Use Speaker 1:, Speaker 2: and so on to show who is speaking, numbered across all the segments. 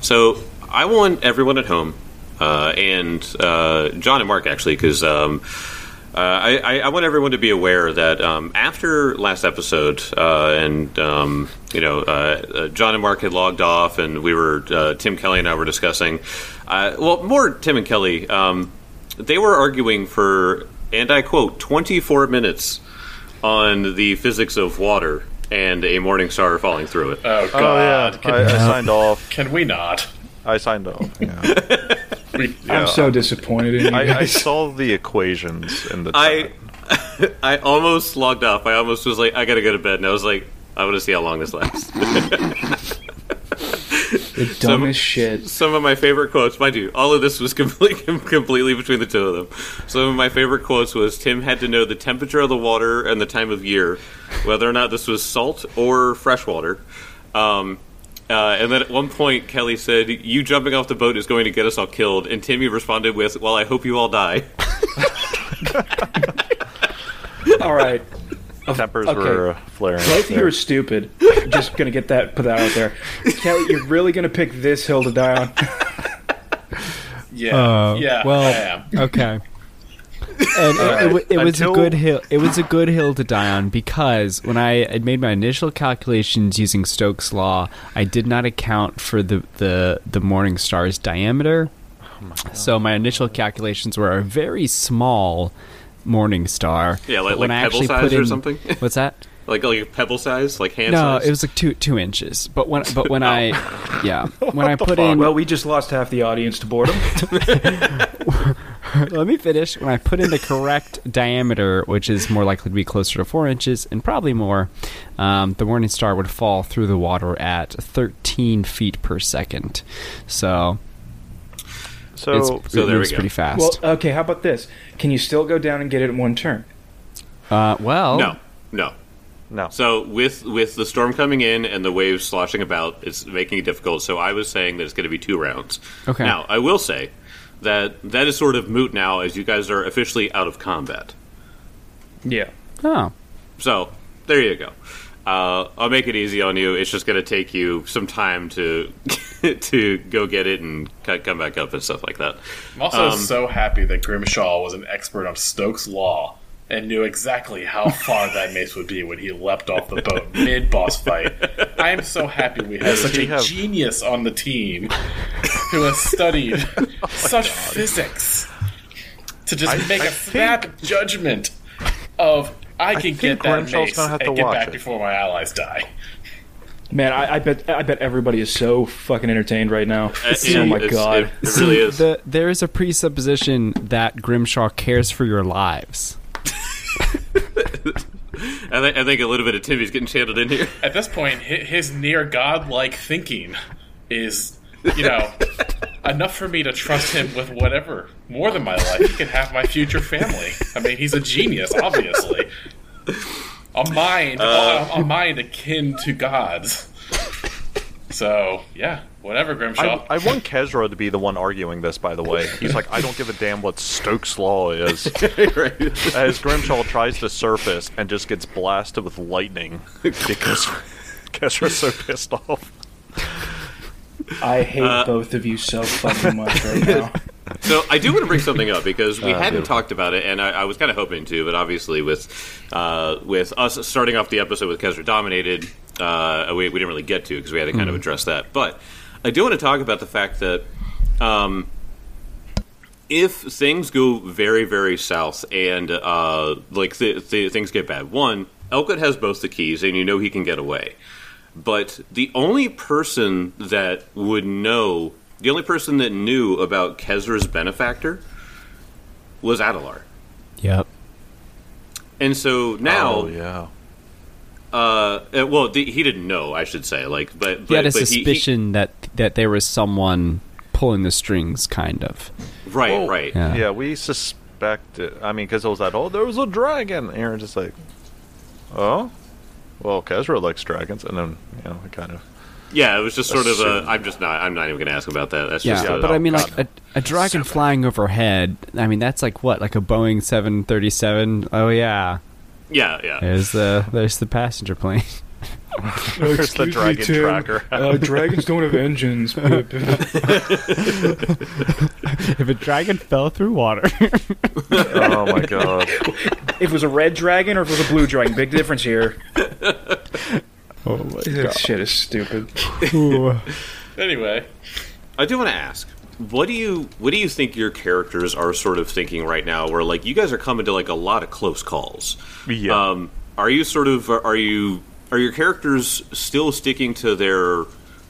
Speaker 1: So I want everyone at home, uh, and uh, John and Mark actually, because um, uh, I, I- I want everyone to be aware that um, after last episode, uh, and um, you know, uh, uh, John and Mark had logged off, and we were uh, Tim Kelly and I were discussing. Uh, well, more Tim and Kelly. Um, they were arguing for, and I quote, twenty-four minutes on the physics of water and a morning star falling through it.
Speaker 2: Oh
Speaker 3: Oh
Speaker 2: God!
Speaker 3: yeah,
Speaker 2: Can,
Speaker 3: I, I signed off.
Speaker 2: can we not?
Speaker 3: I signed off. Yeah.
Speaker 2: We,
Speaker 4: I'm so disappointed in you
Speaker 3: I, I
Speaker 4: guys.
Speaker 3: saw the equations in the
Speaker 1: I
Speaker 3: chat.
Speaker 1: I almost logged off. I almost was like, I gotta go to bed, and I was like, I want to see how long this lasts.
Speaker 4: the dumbest shit.
Speaker 1: Some of my favorite quotes, mind you, all of this was completely completely between the two of them. Some of my favorite quotes was Tim had to know the temperature of the water and the time of year, whether or not this was salt or fresh water. Um, uh, and then at one point, Kelly said, "You jumping off the boat is going to get us all killed." And Timmy responded with, "Well, I hope you all die."
Speaker 4: All right,
Speaker 3: Tempers
Speaker 4: okay.
Speaker 3: were flaring.
Speaker 4: both of you
Speaker 3: there.
Speaker 4: are stupid. Just gonna get that put that out there. Kelly, you're really gonna pick this hill to die on.
Speaker 2: yeah,
Speaker 5: Uh,
Speaker 2: yeah.
Speaker 5: well-
Speaker 2: I am.
Speaker 5: Okay. And it, it, wa- it was
Speaker 3: Until-
Speaker 5: a good hill. It was a good hill to die on because when I had made my initial calculations using Stokes' law, I did not account for the the the morning star's diameter.
Speaker 1: Oh
Speaker 5: so my initial calculations were a very small morning star.
Speaker 1: Yeah, like-
Speaker 5: But when
Speaker 1: like
Speaker 5: I
Speaker 1: pebble
Speaker 5: actually
Speaker 1: size
Speaker 5: put
Speaker 1: or
Speaker 5: in-
Speaker 1: something?
Speaker 5: What's that?
Speaker 1: like like a pebble size, like hand
Speaker 5: No,
Speaker 1: size.
Speaker 5: it was like two two inches. But when but when I yeah when I put in
Speaker 4: Well, we just lost half the audience to boredom.
Speaker 5: Let me finish. When I put in the correct diameter, which is more likely to be closer to four inches and probably more, um, the Morning Star would fall through the water at 13 feet per second. So, it's,
Speaker 3: so
Speaker 1: so
Speaker 5: it
Speaker 1: there we
Speaker 5: moves
Speaker 1: go.
Speaker 5: pretty fast.
Speaker 4: Well, okay, how about this? Can you still go down and get it in one turn?
Speaker 5: uh, well
Speaker 1: no, no.
Speaker 3: no.
Speaker 1: So with with the storm coming in and the waves sloshing about, it's making it difficult. So I was saying that it's going to be two rounds.
Speaker 5: Okay.
Speaker 1: Now I will say that that is sort of moot now, as you guys are officially out of combat.
Speaker 4: Yeah.
Speaker 5: Oh,
Speaker 1: So there you go. Uh, I'll make it easy on you. It's just going to take you some time to to go get it and c- come back up and stuff like that.
Speaker 2: I'm also
Speaker 1: Um,
Speaker 2: so happy that Grimshaw was an expert on Stokes' law and knew exactly how far that mace would be when he leapt off the boat mid boss fight. I am so happy we have such
Speaker 3: he
Speaker 2: a
Speaker 3: have-
Speaker 2: genius on the team who has studied such physics to just make
Speaker 3: Oh I
Speaker 2: a snap judgment of I can
Speaker 3: think
Speaker 2: get that
Speaker 3: Grimshaw's
Speaker 2: mace
Speaker 3: gonna have to
Speaker 2: and get
Speaker 3: watch
Speaker 2: back
Speaker 3: it.
Speaker 2: before my allies die.
Speaker 4: Man, I, I bet I bet everybody is so fucking entertained right now.
Speaker 1: It-
Speaker 4: oh my
Speaker 1: Uh, it's-
Speaker 4: god.
Speaker 1: it, it really is.
Speaker 5: the, there is a presupposition that Grimshaw cares for your lives.
Speaker 1: I, th- I think a little bit of Timmy's getting channeled in here.
Speaker 2: at this point, hi- his near godlike thinking is, you know, enough for me to trust him with whatever. More than my life, he can have my future family. I mean, he's a genius, obviously. A mind,
Speaker 3: Uh.
Speaker 2: a, a mind akin to God's. So yeah, whatever, Grimshaw.
Speaker 3: I, I want Kezra to be the one arguing this. By the way, he's like, I don't give a damn what Stokes' law is. As Grimshaw tries to surface and just gets blasted with lightning because Kezra's so pissed off.
Speaker 4: I hate both of you so fucking much right now.
Speaker 1: So I do want to bring something up because we hadn't talked about it, and I, I was kind of hoping to, but obviously with uh, with us starting off the episode with Kesra dominated, uh, we, we didn't really get to because we had to kind of address that. But I do want to talk about the fact that um, if things go very very south and uh, like th- th- things get bad, one Elkett has both the keys, and you know he can get away but the only person that would know, the only person that knew about Kesra's benefactor was Adelar.
Speaker 5: Yep.
Speaker 1: And so now,
Speaker 3: oh yeah.
Speaker 1: uh, uh, well, the, he didn't know, I should say, like, but, but
Speaker 5: He had a
Speaker 1: but he- he-
Speaker 5: suspicion that, that there was someone pulling the strings, kind of.
Speaker 1: right,
Speaker 3: Whoa.
Speaker 1: right,
Speaker 5: Yeah.
Speaker 3: Yeah, we suspected. I mean, because it was that, oh, there was a dragon. And Aaron just like, oh, well, Kezra likes dragons. And then, you know, I kind of.
Speaker 1: yeah. It was just sort of a.
Speaker 3: Assume.
Speaker 1: I'm just not. I'm not even going to ask about that. That's
Speaker 5: Yeah,
Speaker 1: just. a-
Speaker 5: but I mean,
Speaker 3: oh,
Speaker 5: like a, a dragon flying overhead. I mean, that's like what, like a Boeing seven thirty seven. Oh yeah,
Speaker 1: yeah, yeah.
Speaker 5: there's the there's the passenger plane.
Speaker 3: Where's the dragon tracker?
Speaker 4: Uh, dragons don't have engines.
Speaker 5: If a dragon fell through water,
Speaker 3: oh my god.
Speaker 4: if it was a red dragon or if it was a blue dragon, big difference here.
Speaker 5: oh my
Speaker 4: That shit is stupid.
Speaker 5: god!
Speaker 2: Anyway,
Speaker 1: I do want to ask, what do you what do you think your characters are sort of thinking right now? Where like you guys are coming to like a lot of close calls.
Speaker 3: Yeah.
Speaker 1: Um, are you sort of are you are your characters still sticking to their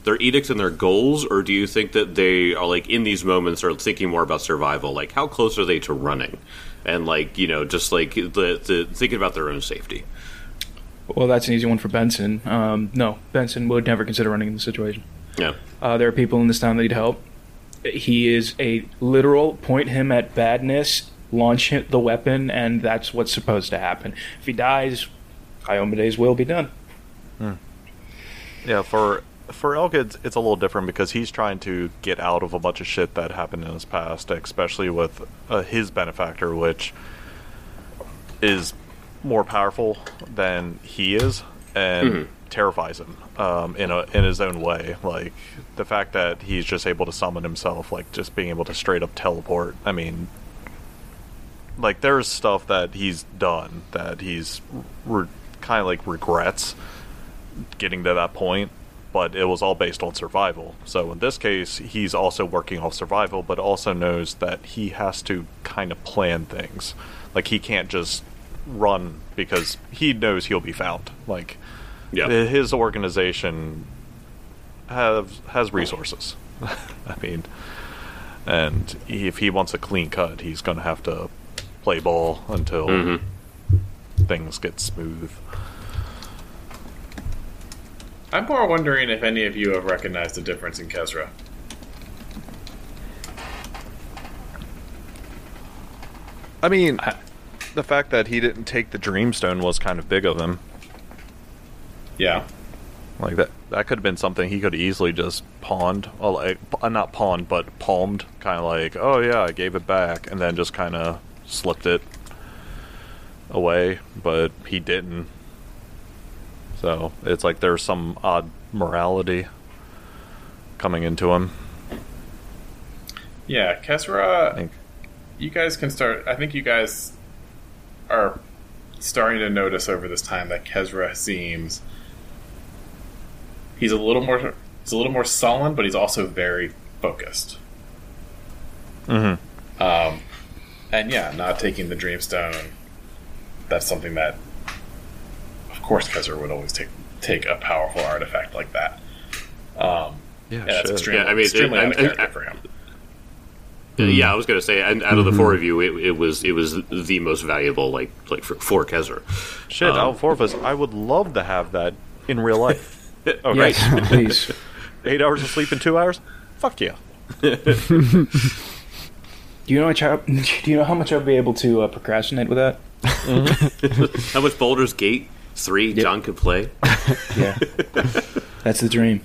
Speaker 1: their edicts and their goals, or do you think that they are like in these moments are thinking more about survival? Like how close are they to running? And like you know, just like the, the thinking about their own safety.
Speaker 4: Well, that's an easy one for Benson. Um, no, Benson would never consider running in this situation.
Speaker 1: Yeah,
Speaker 4: Uh, there are people in this town that need help. He is a literal point him at badness, launch him, the weapon, and that's what's supposed to happen. If he dies, Iomedes will be done.
Speaker 3: Yeah, for for Elk, it's, it's a little different because he's trying to get out of a bunch of shit that happened in his past, especially with uh, his benefactor, which is more powerful than he is and terrifies him um, in a in his own way. Like the fact that he's just able to summon himself, like just being able to straight up teleport. I mean. Like there's stuff that he's done that he's re- kind of like regrets, getting to that point, but it was all based on survival. So in this case, he's also working off survival, but also knows that he has to kind of plan things. Like he can't just run because he knows he'll be found. Like
Speaker 1: yeah.
Speaker 3: his organization have has resources. I mean, and if he wants a clean cut, he's going to have to play ball until things get smooth.
Speaker 2: I'm more wondering if any of you have recognized the difference in Kezra.
Speaker 3: I mean, the fact that he didn't take the Dreamstone was kind of big of him.
Speaker 2: Yeah.
Speaker 3: Like that, that could have been something he could have easily just pawned, or like uh, not pawned, but palmed. Kind of like, oh yeah, I gave it back, and then just kind of slipped it away. But he didn't. So it's like there's some odd morality coming into him.
Speaker 2: Yeah,
Speaker 3: I
Speaker 2: Kesra,
Speaker 3: think.
Speaker 2: you guys can start. I think you guys are starting to notice over this time that Kesra seems he's a little more he's a little more sullen, but he's also very focused.
Speaker 3: Mhm.
Speaker 2: Um, and yeah, not taking the Dreamstone. That's something that, of course, Kesra would always take take a powerful artifact like that. Um,
Speaker 3: Yeah,
Speaker 2: yeah, that's extremely,
Speaker 1: Yeah, I mean,
Speaker 2: extremely
Speaker 1: I-
Speaker 2: out of
Speaker 1: I-
Speaker 2: character
Speaker 1: I-
Speaker 2: for him.
Speaker 1: Uh, Yeah, I was gonna say, and out of the four of you, it, it was it was the most valuable, like like for, for Kezer.
Speaker 3: Shit, out of four of us, I would love to have that in real life. okay.
Speaker 4: Yes, please.
Speaker 3: Eight hours of sleep in two hours? Fuck yeah.
Speaker 4: Do you know? how much I- Do you know how much I'll be able to uh, procrastinate with that?
Speaker 1: How much Boulder's Gate three John could play?
Speaker 4: Yeah, that's the dream.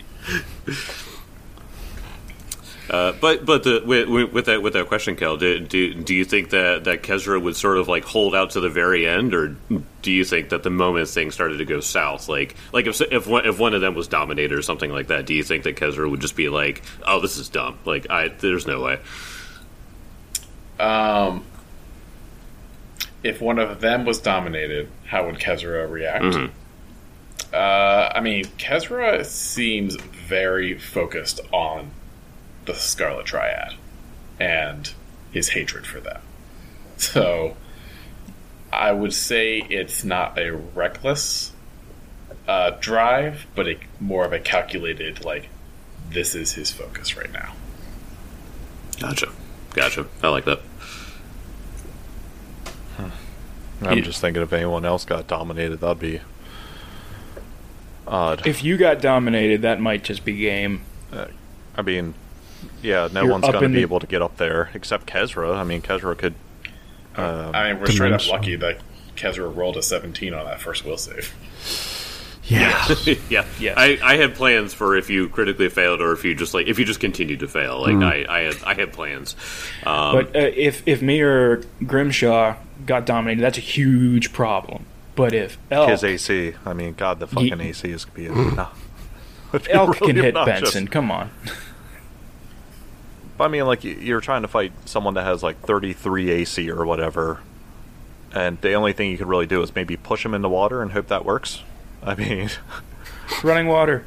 Speaker 1: Uh, but but the, with, with with that with that question, Kel, do, do do you think that that Kezra would sort of like hold out to the very end, or do you think that the moment things started to go south, like like if if one, if one of them was dominated or something like that, do you think that Kezra would just be like, oh, this is dumb, like I there's no way,
Speaker 2: Um, if one of them was dominated, how would Kezra react? Uh, I mean, Kezra seems very focused on the Scarlet Triad and his hatred for them. So, I would say it's not a reckless uh, drive, but a, more of a calculated, like, this is his focus right now.
Speaker 1: gotcha, gotcha, I like that.
Speaker 3: I'm
Speaker 2: Yeah.
Speaker 3: just thinking if anyone else got dominated, that'd be odd.
Speaker 4: If you got dominated, that might just be game.
Speaker 3: I mean, yeah, no
Speaker 4: You're
Speaker 3: one's
Speaker 4: up
Speaker 3: going to
Speaker 4: in
Speaker 3: be
Speaker 4: the-
Speaker 3: able to get up there except Kezra. I mean, Kezra could.
Speaker 2: I mean, we're straight up
Speaker 5: dimension.
Speaker 2: lucky that Kezra rolled a 17 on that first will save.
Speaker 5: Yeah.
Speaker 1: yeah,
Speaker 4: Yes.
Speaker 1: I, I had plans for if you critically failed or if you just like if you just continued to fail. Like I, I had I had plans. Um,
Speaker 4: But uh, if if me or Grimshaw got dominated, that's a huge problem. But if elk,
Speaker 3: His AC. I mean, God, the fucking AC is gonna be enough. Would be
Speaker 4: Mm. elk
Speaker 3: really
Speaker 4: can hit
Speaker 3: obnoxious.
Speaker 4: Benson, come on.
Speaker 3: But I mean, like you- you're trying to fight someone that has like 33 AC or whatever, and the only thing you could really do is maybe push him into water and hope that works. I mean,
Speaker 4: Running water.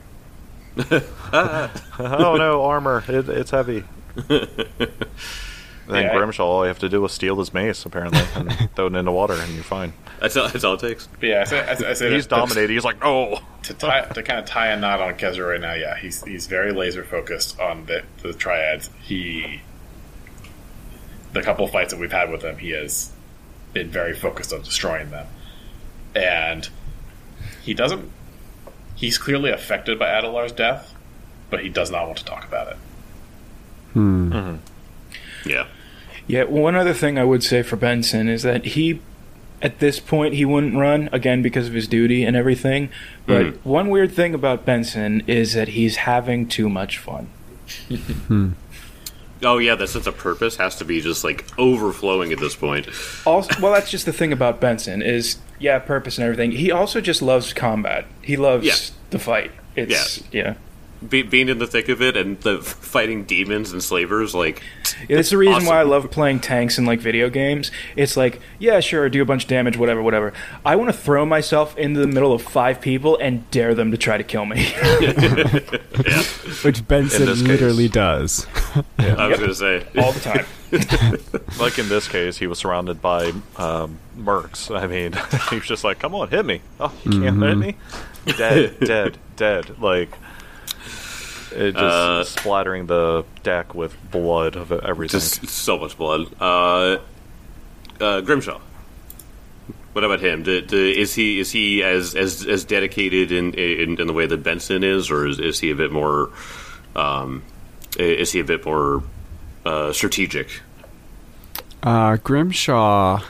Speaker 3: oh no, armor, it, it's heavy. then
Speaker 2: Yeah, I-
Speaker 3: Grimshaw, all you have to do is steal his mace apparently and throw it into water, and you're fine.
Speaker 1: That's all, that's all it takes.
Speaker 2: But yeah, I say, I say, I say
Speaker 3: He's
Speaker 2: that-
Speaker 3: dominated. He's like, oh,
Speaker 2: To, tie, to kind of tie a knot on Kezra right now, yeah, he's he's very laser focused on the, the triads. He, the couple fights that we've had with him, he has been very focused on destroying them, and he doesn't. He's clearly affected by Adelar's death, but he does not want to talk about it.
Speaker 1: Yeah.
Speaker 4: Yeah, one other thing I would say for Benson is that he, at this point, he wouldn't run, again, because of his duty and everything. But
Speaker 3: Mm-hmm.
Speaker 4: one weird thing about Benson is that he's having too much fun.
Speaker 1: Oh yeah, that sense of purpose has to be just like overflowing at this point.
Speaker 4: Also, well, that's just the thing about Benson is, yeah, purpose and everything. He also just loves combat. He loves
Speaker 1: Yeah.
Speaker 4: the fight. It's, yeah.
Speaker 1: Be- being in the thick of it and the fighting demons and slavers, like
Speaker 4: Yeah, that's the reason why I
Speaker 1: Awesome.
Speaker 4: love playing tanks in like video games. It's like, yeah, sure, do a bunch of damage, whatever, whatever. I want to throw myself into the middle of five people and dare them to try to kill me.
Speaker 5: Which Benson
Speaker 3: this case.
Speaker 5: literally does.
Speaker 1: I was gonna say,
Speaker 4: all the time.
Speaker 3: like in this case, he was surrounded by um, mercs. I mean, he was just like, "Come on, hit me! Oh, you can't hit me! Dead, dead, dead!" Like it just
Speaker 1: Uh,
Speaker 3: splattering the deck with blood of everything.
Speaker 1: just so much blood. Uh, uh, Grimshaw. What about him? Do, do, is he is he as as as dedicated in, in in the way that Benson is, or is, is he a bit more? Um, i- is he a bit more uh, strategic?
Speaker 5: Uh, Grimshaw,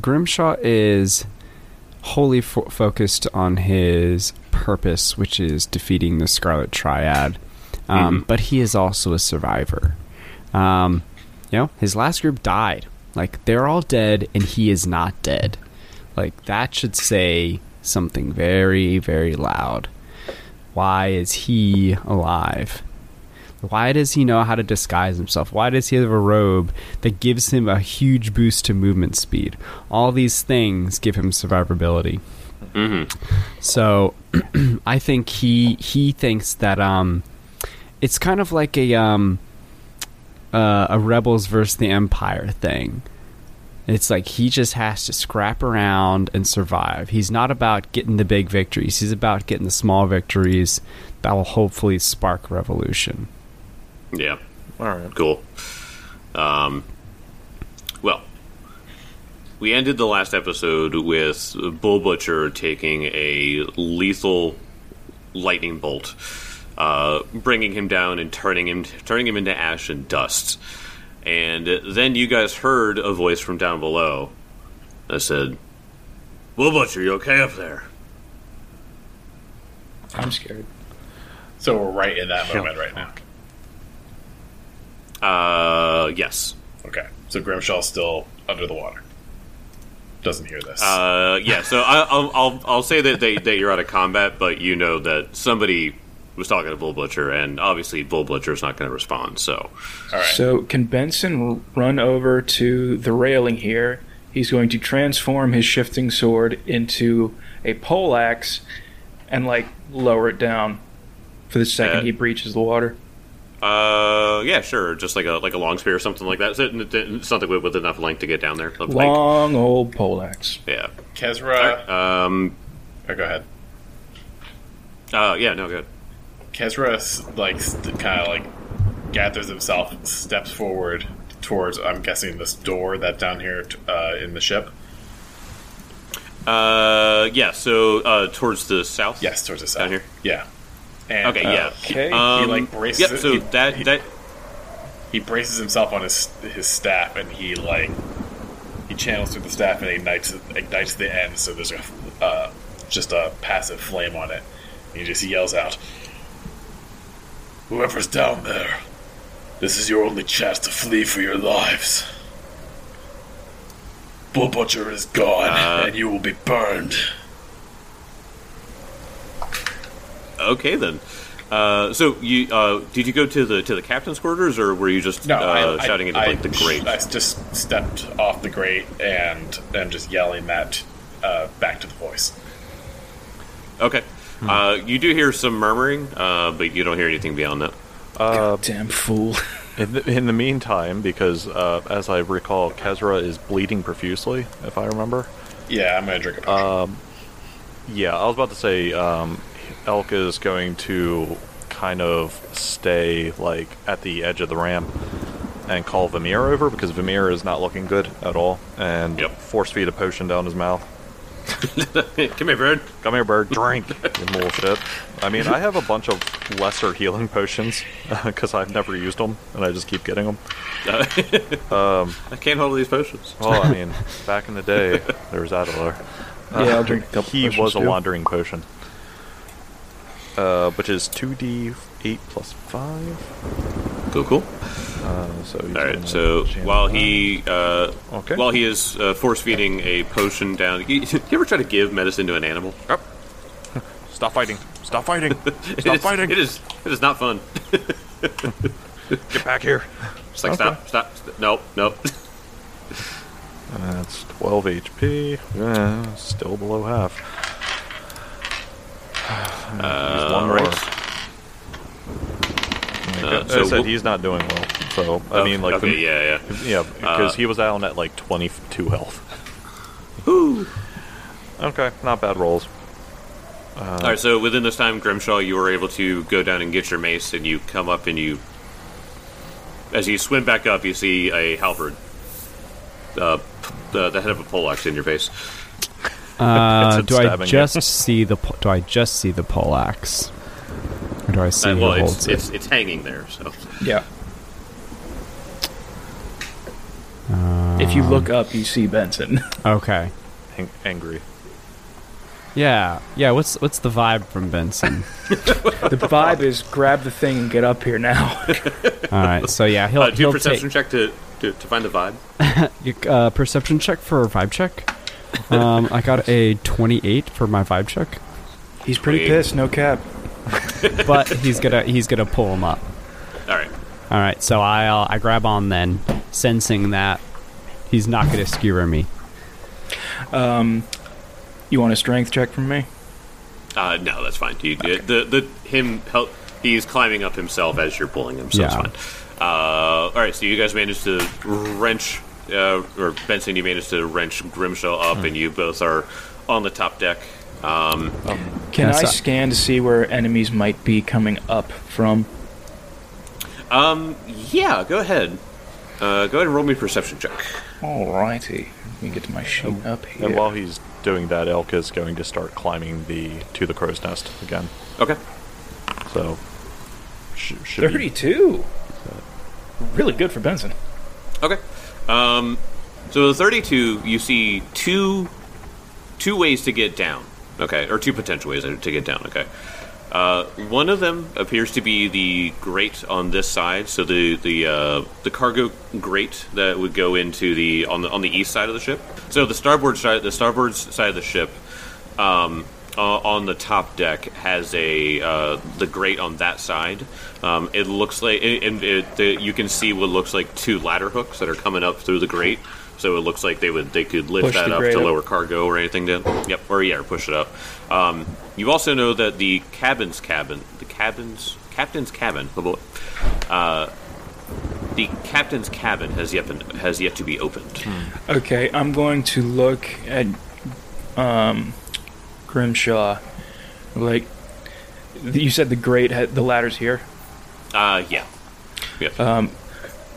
Speaker 5: Grimshaw is wholly fo- focused on his purpose, which is defeating the Scarlet Triad. Um, But he is also a survivor. Um, you know, his last group died. Like they're all dead, and he is not dead. Like that should say something very, very loud. Why is he alive? Why does he know how to disguise himself? Why does he have a robe that gives him a huge boost to movement speed? All these things give him survivability. So I think he he thinks that um, it's kind of like a um, uh, a rebels versus the empire thing. It's like he just has to scrap around and survive. He's not about getting the big victories. He's about getting the small victories that will hopefully spark revolution.
Speaker 1: Yeah.
Speaker 3: All right.
Speaker 1: Cool. Um, well, we ended the last episode with Bull Butcher taking a lethal lightning bolt, uh, bringing him down and turning him turning him into ash and dust. And then you guys heard a voice from down below. I said, "Bull Butcher, you okay up there?"
Speaker 4: I'm scared.
Speaker 2: So we're right in that moment right now.
Speaker 1: Uh, yes.
Speaker 2: Okay, so Grimshaw's still under the water. Doesn't hear this.
Speaker 1: Uh, yeah, so I, I'll, I'll I'll say that, they, that you're out of combat, but you know that somebody was talking to Bull Butcher, and obviously Bull Butcher's not going to respond. So
Speaker 2: All right.
Speaker 4: So can Benson r- run over to the railing here? He's going to transform his shifting sword into a pole axe and like lower it down for the second
Speaker 1: Uh,
Speaker 4: he breaches the water.
Speaker 1: uh, yeah, sure, just like a like a long spear or something like that, So- something with, with enough length to get down there. Like,
Speaker 4: Long old pole axe.
Speaker 1: yeah.
Speaker 2: Kezra,
Speaker 1: Um.
Speaker 2: oh, go ahead.
Speaker 1: Uh. Yeah. No. Good.
Speaker 2: Kezra s- like st- kind of like gathers himself, steps forward towards I'm guessing this door that's down here t- uh, in the ship.
Speaker 1: Uh. Yeah. So uh, towards the south.
Speaker 2: Yes, towards the south.
Speaker 1: Down here.
Speaker 2: Yeah. And uh,
Speaker 1: Okay. yeah.
Speaker 4: Okay.
Speaker 1: Um,
Speaker 2: he like braces.
Speaker 1: Yep. So
Speaker 2: he,
Speaker 1: that that
Speaker 2: he braces himself on his his staff, and he like he channels through the staff and ignites ignites the end. So there's a uh, just a passive flame on it. And he just yells out, "Whoever's down there, this is your only chance to flee for your lives." Bull Butcher is gone,
Speaker 1: Uh,
Speaker 2: and you will be burned.
Speaker 1: Okay then. Uh, so you uh, did you go to the to the captain's quarters, or were you just
Speaker 2: No,
Speaker 1: uh,
Speaker 2: I, I-
Speaker 1: shouting into
Speaker 2: I-
Speaker 1: like the grate?
Speaker 2: I just stepped off the grate and am just yelling that uh, back to the voice.
Speaker 1: Okay.
Speaker 3: Hmm.
Speaker 1: Uh, you do hear some murmuring, uh, but you don't hear anything beyond that.
Speaker 4: Damn fool.
Speaker 3: In the, in the meantime, because uh, as I recall, Kezra is bleeding profusely, if I remember.
Speaker 2: Yeah, I'm gonna drink a potion.
Speaker 4: Uh,
Speaker 3: Yeah, I was about to say, um, Elk is going to kind of stay like at the edge of the ramp and call Vimir over because Vimir is not looking good at all, and
Speaker 1: Yep.
Speaker 3: force feed a potion down his mouth.
Speaker 1: Come here, bird.
Speaker 3: Come here, bird. Drink, you little shit. I mean, I have a bunch of lesser healing potions because I've never used them, and I just keep getting them.
Speaker 1: I can't hold these potions.
Speaker 3: Well, I mean, back in the day, there was Adelar.
Speaker 4: yeah, I'll drink a couple.
Speaker 3: He
Speaker 4: potions,
Speaker 3: was a
Speaker 4: too.
Speaker 3: wandering potion. Uh, which is 2d8 plus 5.
Speaker 1: Cool, cool.
Speaker 3: Uh, so he's
Speaker 1: All
Speaker 3: gonna
Speaker 1: right. So
Speaker 3: jam
Speaker 1: while
Speaker 3: that.
Speaker 1: he uh,
Speaker 3: Okay.
Speaker 1: while he is uh, force feeding a potion down, you, you ever try to give medicine to an animal?
Speaker 3: Up. Oh. Stop fighting. Stop fighting.
Speaker 1: It
Speaker 3: Stop
Speaker 1: is-
Speaker 3: fighting.
Speaker 1: It is. It is not fun.
Speaker 3: Get back here.
Speaker 1: It's like stop, stop, st- no, no.
Speaker 3: That's 12 HP. Yeah, still below half. Use one more.
Speaker 1: Uh,
Speaker 3: Like
Speaker 1: so
Speaker 3: I said
Speaker 1: we'll- Oh,
Speaker 3: he's not doing well. So I mean, like,
Speaker 1: okay,
Speaker 3: the-
Speaker 1: yeah, yeah. Uh,
Speaker 3: yeah, because he was down at like 22 health. Okay, not bad rolls. Uh-huh.
Speaker 1: All right. So within this time, Grimshaw, you were able to go down and get your mace, and you come up and you, as you swim back up, you see a halberd, uh, p- the, the head of a poleaxe in your face.
Speaker 5: Uh,
Speaker 3: It's
Speaker 5: do I
Speaker 3: stabbing you.
Speaker 5: just see the po- do I just see the poleaxe, or do I see
Speaker 1: Uh,
Speaker 5: who
Speaker 1: well,
Speaker 5: holds
Speaker 1: it's,
Speaker 5: it?
Speaker 1: it's it's hanging there. So
Speaker 4: Yeah. if you look up, you see Benson.
Speaker 5: Okay,
Speaker 3: Ang- angry.
Speaker 5: yeah, yeah. What's what's the vibe from Benson?
Speaker 4: the vibe is grab the thing and get up here now.
Speaker 5: All right, so yeah, he'll
Speaker 1: uh, do
Speaker 5: he'll
Speaker 1: a perception check
Speaker 5: take
Speaker 1: to, to to find the vibe.
Speaker 5: You- uh, perception check for vibe check. Um, I got a twenty-eight for my vibe check,
Speaker 4: He's pretty pissed, no cap.
Speaker 5: but he's gonna he's gonna pull him up.
Speaker 1: All right.
Speaker 5: All right, so I uh, I grab on then, sensing that he's not gonna skewer me.
Speaker 4: You want a strength check from me?
Speaker 1: Uh, no, that's fine. You, The the him help. He's climbing up himself as you're pulling him, so
Speaker 5: Yeah.
Speaker 1: it's fine. Uh, all right, so you guys managed to wrench, uh, or Benson, you managed to wrench Grimshaw up, and you both are on the top deck. Um,
Speaker 4: Can
Speaker 5: That's
Speaker 4: I
Speaker 5: a-
Speaker 4: scan to see where enemies might be coming up from?
Speaker 1: yeah, go ahead. Uh, go ahead and roll me a perception check.
Speaker 4: Alrighty. Let me get to my sheet up here.
Speaker 3: And while he's doing that, Elk is going to start climbing the to the crow's nest again.
Speaker 1: Okay.
Speaker 3: So sh- should be
Speaker 4: 32. Really good for Benson.
Speaker 1: Okay. Um, so the 32, you see two two ways to get down. Okay, or two potential ways to get down. Okay. Uh, one of them appears to be the grate on this side, so the the uh, the cargo grate that would go into the on the on the east side of the ship. So the starboard side, the starboard side of the ship, um, uh, on the top deck has a uh, the grate on that side. Um, it looks like, and it, the, you can see what looks like two ladder hooks that are coming up through the grate. So it looks like they would they could lift
Speaker 4: Push
Speaker 1: that
Speaker 4: the
Speaker 1: up
Speaker 4: grate
Speaker 1: to
Speaker 4: up.
Speaker 1: lower cargo or anything. To, yep, or yeah, or push it up. Um, you also know that the cabin's cabin, the cabin's captain's cabin, blah, blah, blah, uh, the captain's cabin has yet been, has yet to be opened.
Speaker 4: Okay, I'm going to look at um, Grimshaw. Like, you said the grate, had, the ladder's here.
Speaker 1: Uh, yeah, yeah.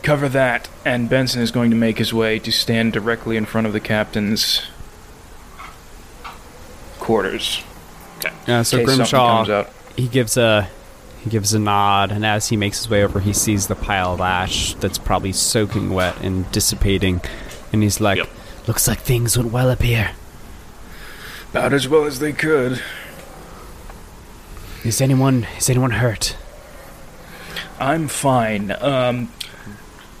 Speaker 4: Cover that, and Benson is going to make his way to stand directly in front of the captain's quarters.
Speaker 1: okay.
Speaker 5: Yeah, so
Speaker 4: in case something comes
Speaker 5: Grimshaw
Speaker 4: out.
Speaker 5: he gives a he gives a nod, and as he makes his way over, he sees the pile of ash that's probably soaking wet and dissipating, and he's like,
Speaker 1: Yep.
Speaker 5: "Looks like things went well up here.
Speaker 4: About as well as they could.
Speaker 5: Is anyone is anyone hurt?"
Speaker 4: I'm fine. Um,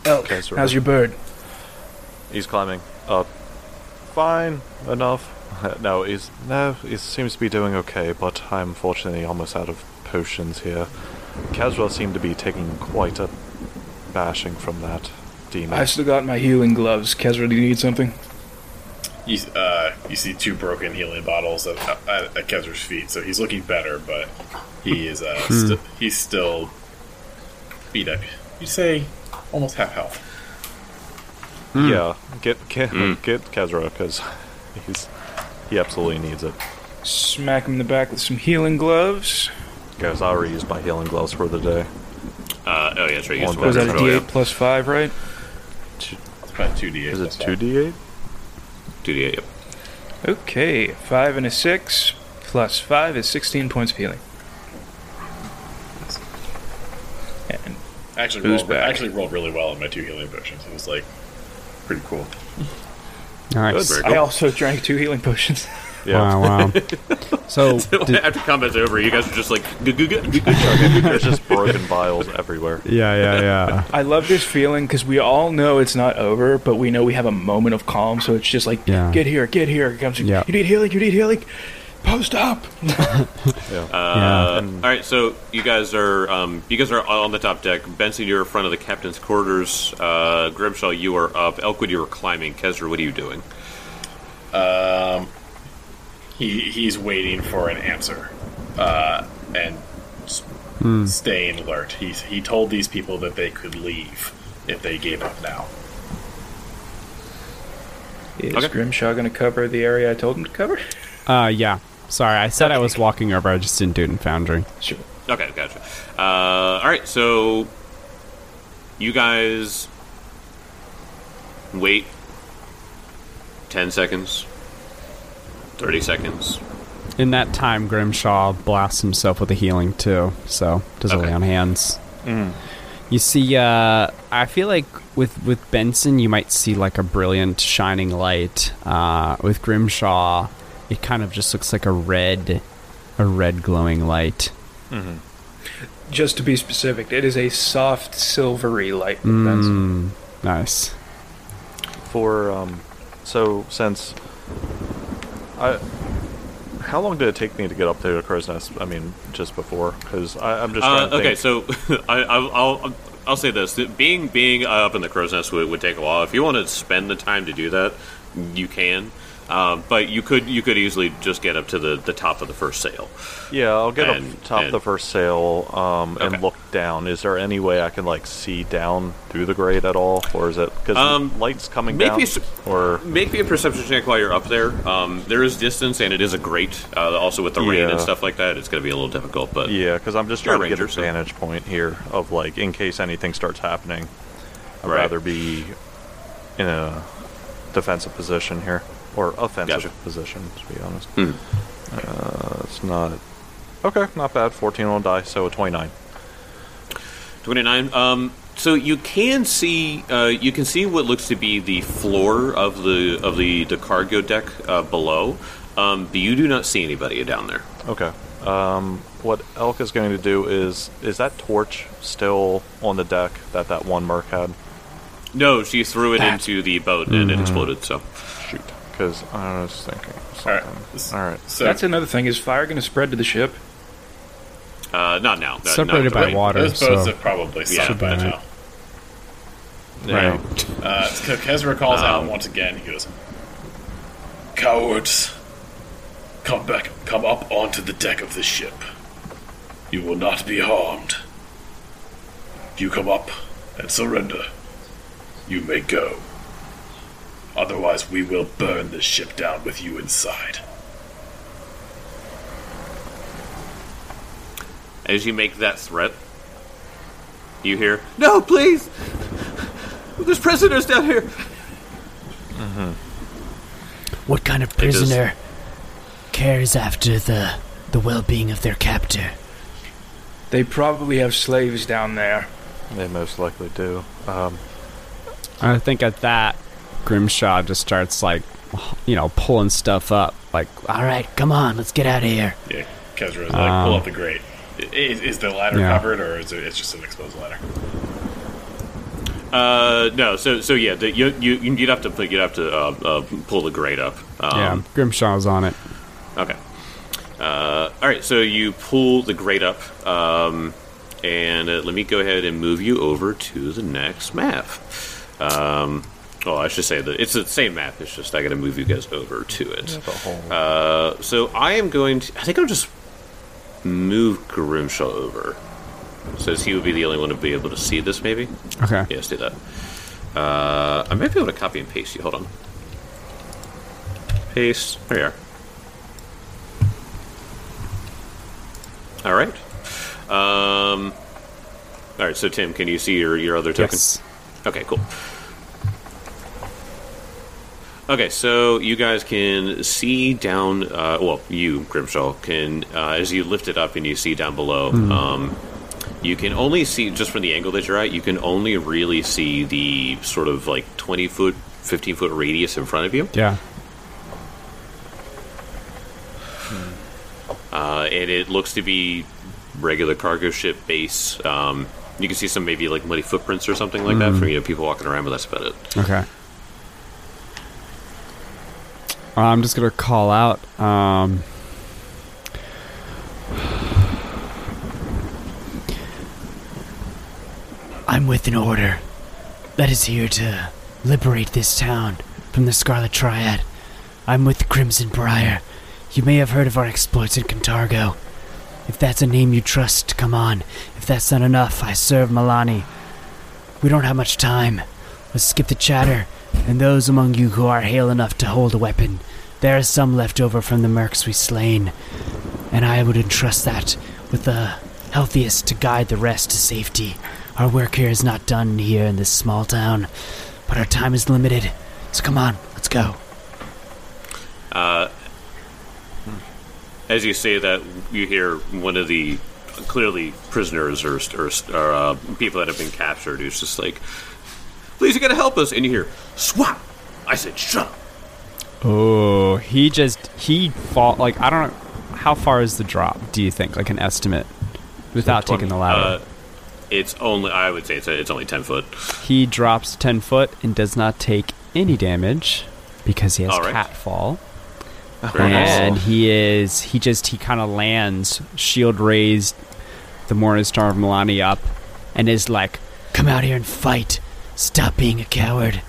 Speaker 4: Elk,
Speaker 3: Okay, sort
Speaker 4: how's
Speaker 3: of.
Speaker 4: your bird?
Speaker 3: He's climbing up fine enough. No, he's no, he seems to be doing okay, but I'm fortunately almost out of potions here. Caswell seemed to be taking quite a bashing from that demon.
Speaker 4: I still got my healing gloves. Kezra, do you need something?
Speaker 2: You, uh, you see two broken healing bottles at, at, at Kezra's feet, so he's looking better, but he is uh,
Speaker 4: Hmm.
Speaker 2: sti- he's still beat up. You say almost half health.
Speaker 3: Yeah, get get get Kezra because he's he absolutely needs it.
Speaker 4: Smack him in the back with some healing gloves.
Speaker 3: Guys, I already used my healing gloves for the day.
Speaker 1: Uh, oh yeah, that's right. you
Speaker 3: One
Speaker 1: just
Speaker 3: bit.
Speaker 4: Was that a
Speaker 1: roll, yeah.
Speaker 4: D8 plus five, right?
Speaker 2: It's about two d8.
Speaker 3: Is it two d eight?
Speaker 1: 2d8, yep.
Speaker 4: Okay, five and a six plus five is sixteen points of healing. And
Speaker 2: Actually,
Speaker 4: Who's
Speaker 2: rolled,
Speaker 4: back?
Speaker 2: actually rolled really well on my two healing potions. It was like pretty cool.
Speaker 5: Nice.
Speaker 1: Very
Speaker 4: I
Speaker 1: cool.
Speaker 4: also drank two healing potions.
Speaker 3: Yeah,
Speaker 5: Wow, wow. so, did-
Speaker 1: After combat's over, you guys are just like, "Gu- gu- gu- gu- gu."
Speaker 3: there's just broken vials everywhere.
Speaker 5: yeah, yeah, yeah.
Speaker 4: I love this feeling because we all know it's not over, but we know we have a moment of calm, so it's just like,
Speaker 5: Yeah.
Speaker 4: get here, get here. It comes,
Speaker 5: Yeah.
Speaker 4: You need healing, you need healing. Post up.
Speaker 3: Yeah.
Speaker 1: Uh, all right, so you guys are um, you guys are on the top deck. Benson, you're in front of the captain's quarters. Uh, Grimshaw, you are up. Elkwood, you are climbing. Kesra, what are you doing?
Speaker 2: He he's waiting for an answer, uh, and s-
Speaker 4: Hmm.
Speaker 2: staying alert. He he told these people that they could leave if they gave up now.
Speaker 4: Is
Speaker 1: Okay.
Speaker 4: Grimshaw going to cover the area I told him to cover?
Speaker 5: Uh, yeah. Sorry, I said I was walking over. I just didn't do it in Foundry.
Speaker 4: Sure.
Speaker 1: Okay, gotcha. Uh, all right, so you guys wait ten seconds, thirty seconds.
Speaker 5: In that time, Grimshaw blasts himself with a healing too, so does a
Speaker 1: Okay. Mm-hmm.
Speaker 5: lay on hands. You see, uh, I feel like with with Benson, you might see like a brilliant shining light. Uh, with Grimshaw, it kind of just looks like a red, a red glowing light.
Speaker 4: Just to be specific, it is a soft, silvery light.
Speaker 5: Mm, nice.
Speaker 3: for um so since i how long did it take me to get up there to crow's nest i mean just before because i'm just trying
Speaker 1: Uh,
Speaker 3: to
Speaker 1: okay,
Speaker 3: think.
Speaker 1: so I, I'll, I'll I'll say this: that being being up in the crow's nest would, would take a while. If you want to spend the time to do that, you can. Um, but you could you could easily just get up to the, the top of the first sail.
Speaker 3: yeah i'll get
Speaker 1: and-
Speaker 3: up top
Speaker 1: and-
Speaker 3: the first sail um
Speaker 1: Okay.
Speaker 3: and look down is there any way i can like see down through the grate at all or is it because
Speaker 1: Um,
Speaker 3: light's coming
Speaker 1: maybe
Speaker 3: down
Speaker 1: it's-
Speaker 3: or
Speaker 1: Make me a perception check while you're up there. Um, there is distance, and it is a grate. Uh, also, with the rain
Speaker 3: Yeah.
Speaker 1: and stuff like that, it's going to be a little difficult. But
Speaker 3: yeah because i'm just
Speaker 1: You're a
Speaker 3: trying to get a
Speaker 1: ranger, so-
Speaker 3: vantage point here of like in case anything starts happening i'd
Speaker 1: Right.
Speaker 3: rather be in a defensive position here or offensive
Speaker 1: Gotcha. Hmm.
Speaker 3: position to be honest uh, it's not okay not bad 14 on die so a 29
Speaker 1: 29 um so you can see uh, you can see what looks to be the floor of the of the the cargo deck uh, below um, but you do not see anybody down there
Speaker 3: okay um, what elk is going to do is is that torch still on the deck that that one merc had
Speaker 1: no she threw it into the boat and it exploded so
Speaker 3: shoot because i was thinking
Speaker 2: All right.
Speaker 3: something all right
Speaker 2: So
Speaker 4: That's another thing. Is fire going to spread to the ship?
Speaker 1: uh, not now Not- not
Speaker 5: Separated
Speaker 1: with the
Speaker 5: by
Speaker 1: rain.
Speaker 5: water,
Speaker 2: those boats
Speaker 5: so
Speaker 2: have probably
Speaker 1: Yeah.
Speaker 2: sunk by
Speaker 5: Should be
Speaker 2: now.
Speaker 5: right.
Speaker 2: Uh, so Kezra calls out
Speaker 3: Um,
Speaker 2: once again. He goes, "Cowards, come back, come up onto the deck of the ship. You will not be harmed. If you come up and surrender, you may go. Otherwise, we will burn this ship down with you inside."
Speaker 1: as you make that threat you hear no please there's prisoners down here
Speaker 6: What kind of
Speaker 1: It is-
Speaker 6: prisoner cares after the the well-being of their captor?
Speaker 4: They probably have slaves down there.
Speaker 3: they most likely do um,
Speaker 5: I think at that, Grimshaw just starts like, you know, pulling stuff up. Like,
Speaker 6: All right, come on, let's get out of here.
Speaker 2: Yeah, Kezra is like, "Pull up the grate." Is, is the ladder
Speaker 5: Yeah.
Speaker 2: covered, or is it it's just an exposed ladder?
Speaker 1: Uh, no, so so yeah, the, you you you'd have to you'd have to uh, uh, pull the grade up.
Speaker 5: yeah,
Speaker 1: Um,
Speaker 5: Grimshaw's on it.
Speaker 1: Okay. Uh, all right, so you pull the grate up, um, and uh, let me go ahead and move you over to the next map. Um, oh, I should say that it's the same map. It's just I got to move you guys over to it. Uh, so I am going to. I think I'll just move Grimshaw over, since he would be the only one to be able to see this. Maybe.
Speaker 5: Okay.
Speaker 1: Yeah, let's do that. Uh, I might be able to copy and paste you. Hold on. Paste. There you are. All right. Um, all right. So Tim, can you see your your other token?
Speaker 5: Yes.
Speaker 1: Okay. Cool. Okay, so you guys can see down. Uh, well, you Grimshaw can uh, as you lift it up and you see down below. Um, you can only see just from the angle that you're at. You can only really see the sort of like twenty foot, fifteen foot radius in front of you.
Speaker 5: Yeah.
Speaker 1: uh, and it looks to be regular cargo ship base. Um, you can see some maybe like muddy footprints or something like that from you know people walking around, but that's about it.
Speaker 5: Okay. I'm just gonna call out. Um,
Speaker 6: I'm with an order that is here to liberate this town from the Scarlet Triad. I'm with Crimson Briar. You may have heard of our exploits in Cantargo. If that's a name you trust, come on. If that's not enough, I serve Milani. We don't have much time. Let's skip the chatter, and those among you who are hale enough to hold a weapon. There is some left over from the mercs we slain, and I would entrust that with the healthiest to guide the rest to safety. Our work here is not done here in this small town, but our time is limited. So come on, let's go.
Speaker 1: As you say that, you hear one of the clearly prisoners or, or, or uh, people that have been captured who's just like, "Please, you gotta help us!" And you hear swap. I said, "Shut up."
Speaker 5: oh, he just he fall like I don't. How far is the drop? Do you think like an estimate? Without taking the ladder,
Speaker 1: Uh, It's only I would say it's, it's only ten foot.
Speaker 5: he drops ten foot and does not take any damage because he has
Speaker 1: All right.
Speaker 5: catfall.
Speaker 1: Very nice.
Speaker 5: and he is he just he kind of lands shield raised the morning star of milani up and is like
Speaker 6: Come out here and fight. Stop being a coward.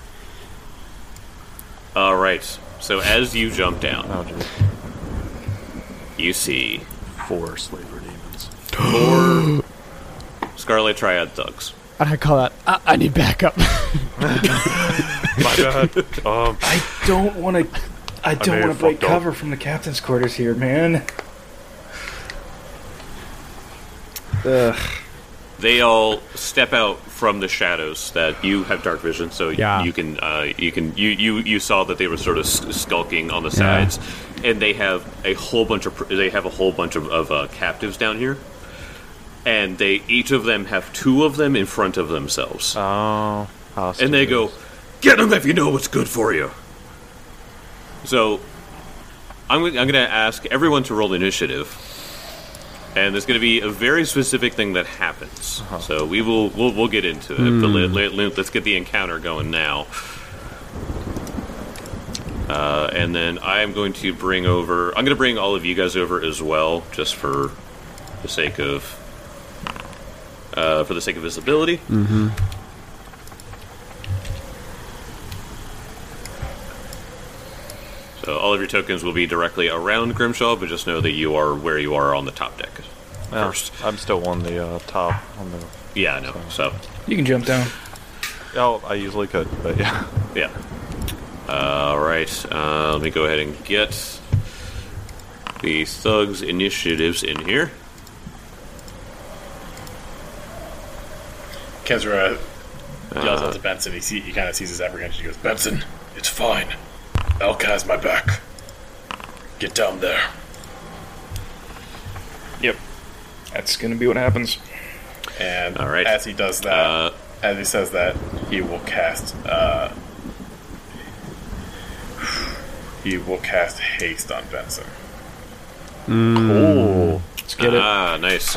Speaker 1: All right. So as you jump down,
Speaker 3: Oh, dude.
Speaker 1: you see
Speaker 3: Four slaver demons.
Speaker 1: four Scarlet Triad thugs.
Speaker 5: i call that
Speaker 6: I, I need backup.
Speaker 3: My bad. Um,
Speaker 4: I don't want to. I
Speaker 3: may
Speaker 4: don't want
Speaker 3: have
Speaker 4: to break
Speaker 3: fucked up.
Speaker 4: cover from the captain's quarters here, man. Ugh.
Speaker 1: They all step out from the shadows that you have dark vision, so
Speaker 5: Yeah.
Speaker 1: you can uh, you can you, you you saw that they were sort of s- skulking on the sides, and they have a whole bunch of pr- they have a whole bunch of, of uh, captives down here, and they each of them have two of them in front of themselves,
Speaker 3: oh,
Speaker 1: Uh, and they go, "Get them if you know what's good for you." So, I'm I'm going to ask everyone to roll initiative, and there's going to be a very specific thing that happens. So we will we'll, we'll get into it, but let, let, let, us get the encounter going now. Uh, and then I am going to bring over. I'm going to bring all of you guys over as well, just for the sake of uh, for the sake of visibility. So all of your tokens will be directly around Grimshaw, but just know that you are where you are on the top deck first.
Speaker 3: i I'm still on the uh, top. On the.
Speaker 1: Yeah, I know. So,
Speaker 4: You can jump down.
Speaker 3: Oh, I usually could, but yeah.
Speaker 1: yeah. All right. Uh, let me go ahead and get the thugs' initiatives in here.
Speaker 2: Kezra yells
Speaker 1: Uh-huh.
Speaker 2: out to Benson. He, see, he kind of sees his apprehension. He goes, Benson, it's fine. Elka has my back. Get down there.
Speaker 4: Yep. That's gonna be what happens.
Speaker 2: And
Speaker 1: All right.
Speaker 2: as he does that,
Speaker 1: Uh,
Speaker 2: as he says that, he will cast. Uh, he will cast haste on Benson.
Speaker 4: Let's get it.
Speaker 1: ah, nice.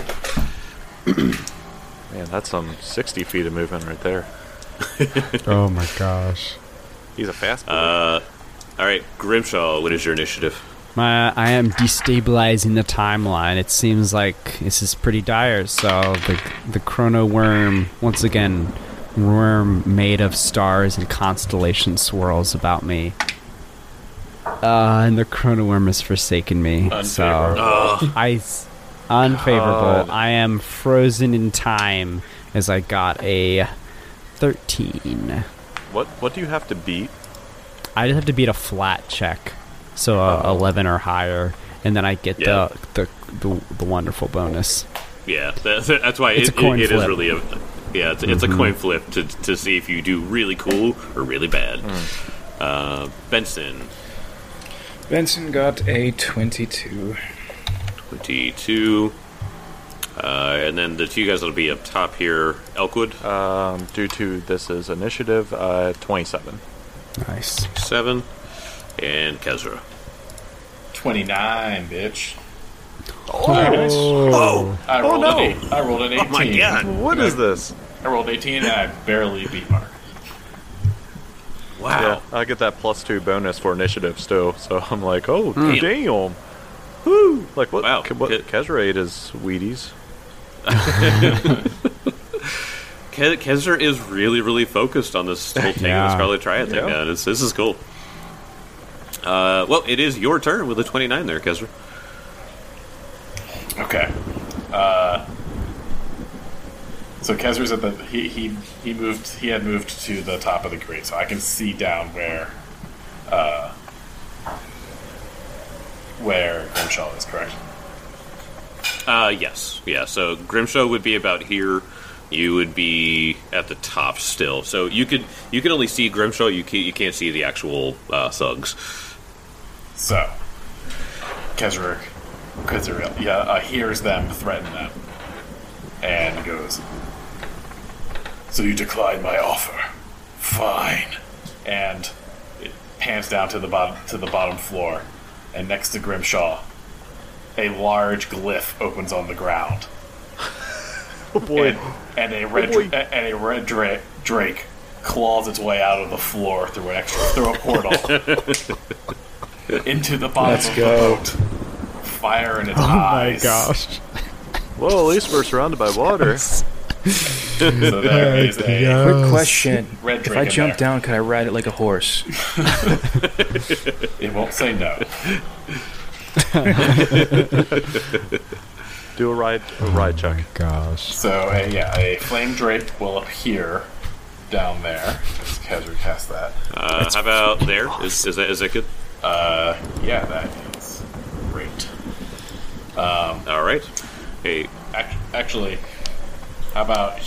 Speaker 3: Man, that's some 60 feet of movement right there.
Speaker 7: oh my gosh.
Speaker 3: He's a fast boy.
Speaker 1: All right, Grimshaw, what is your initiative?
Speaker 5: My, I am destabilizing the timeline. It seems like this is pretty dire. So the the chrono worm once again, worm made of stars and constellation swirls about me. Uh, and the chrono worm has forsaken me. So I s- unfavorable. I am frozen in time as I got a thirteen.
Speaker 3: What what do you have to beat?
Speaker 5: I just have to beat a flat check, so a eleven or higher, and then I get
Speaker 1: Oh. Yeah.
Speaker 5: the, the the the wonderful bonus.
Speaker 1: Yeah, that, that's why
Speaker 5: It's
Speaker 1: it,
Speaker 5: a coin
Speaker 1: it- it is
Speaker 5: flip. Mm-hmm.
Speaker 1: really a yeah, it's, it's a coin flip to to see if you do really cool or really bad.
Speaker 5: Mm.
Speaker 1: Uh, Benson,
Speaker 4: Benson got a 22.
Speaker 1: twenty two, uh, and then the two guys that'll be up top here, Elkwood uh,
Speaker 3: Um, due to this is initiative, uh, 27.
Speaker 5: Nice.
Speaker 1: seven, and Kezra.
Speaker 2: 29, bitch.
Speaker 7: Oh,
Speaker 2: I rolled
Speaker 3: no.
Speaker 2: an eight. I rolled an 18.
Speaker 1: Oh, my God.
Speaker 3: What is this?
Speaker 2: I rolled 18 and I barely beat Mark.
Speaker 3: Yeah,
Speaker 1: Wow,
Speaker 3: I get that plus two bonus for initiative still, so I'm like, oh damn, Woo! Like what?
Speaker 1: Wow.
Speaker 3: Ke- what?
Speaker 1: Good.
Speaker 3: Kezra ate is Wheaties.
Speaker 1: Ke- Kezra is really really focused on this whole thing,
Speaker 7: Yeah.
Speaker 1: the Scarlet Triad thing.
Speaker 3: Yeah.
Speaker 1: Man, it's, this is cool. Uh, well, it is your turn with a twenty nine there, Kezra.
Speaker 2: Okay. Uh, so Kezra's at the he, he he moved he had moved to the top of the grid, so I can see down where uh, where Grimshaw is correct.
Speaker 1: Uh, yes, yeah. So Grimshaw would be about here. You would be at the top still. So you could you can only see Grimshaw. You can't you can't see the actual uh, thugs.
Speaker 2: So Kezra, Kezra yeah uh, hears them threaten them and goes. So you declined my offer. Fine. And it pans down to the bottom to the bottom floor, and next to Grimshaw, a large glyph opens on the ground.
Speaker 3: Oh
Speaker 2: And, and a red
Speaker 3: boy.
Speaker 2: a- and a red dra- drake claws its way out of the floor through an extra through a portal into the bottom
Speaker 4: Let's
Speaker 2: of
Speaker 4: go.
Speaker 2: the boat. Fire in its
Speaker 7: Oh my
Speaker 2: eyes.
Speaker 7: gosh.
Speaker 3: well, at least we're surrounded by water.
Speaker 2: So there is a
Speaker 7: Yes.
Speaker 4: Quick question.
Speaker 2: red drake.
Speaker 4: If I
Speaker 2: in
Speaker 4: jump
Speaker 2: there.
Speaker 4: down, could I ride it like a horse?
Speaker 2: it won't say no.
Speaker 3: Do a ride, a ride check.
Speaker 7: Gosh.
Speaker 2: So a, yeah, a flame drake will appear down there. Just Kezra cast that.
Speaker 1: Uh, how about there? Is, is that is that good?
Speaker 2: Uh, yeah, that is great.
Speaker 1: All right. Hey,
Speaker 2: Ac- actually, how about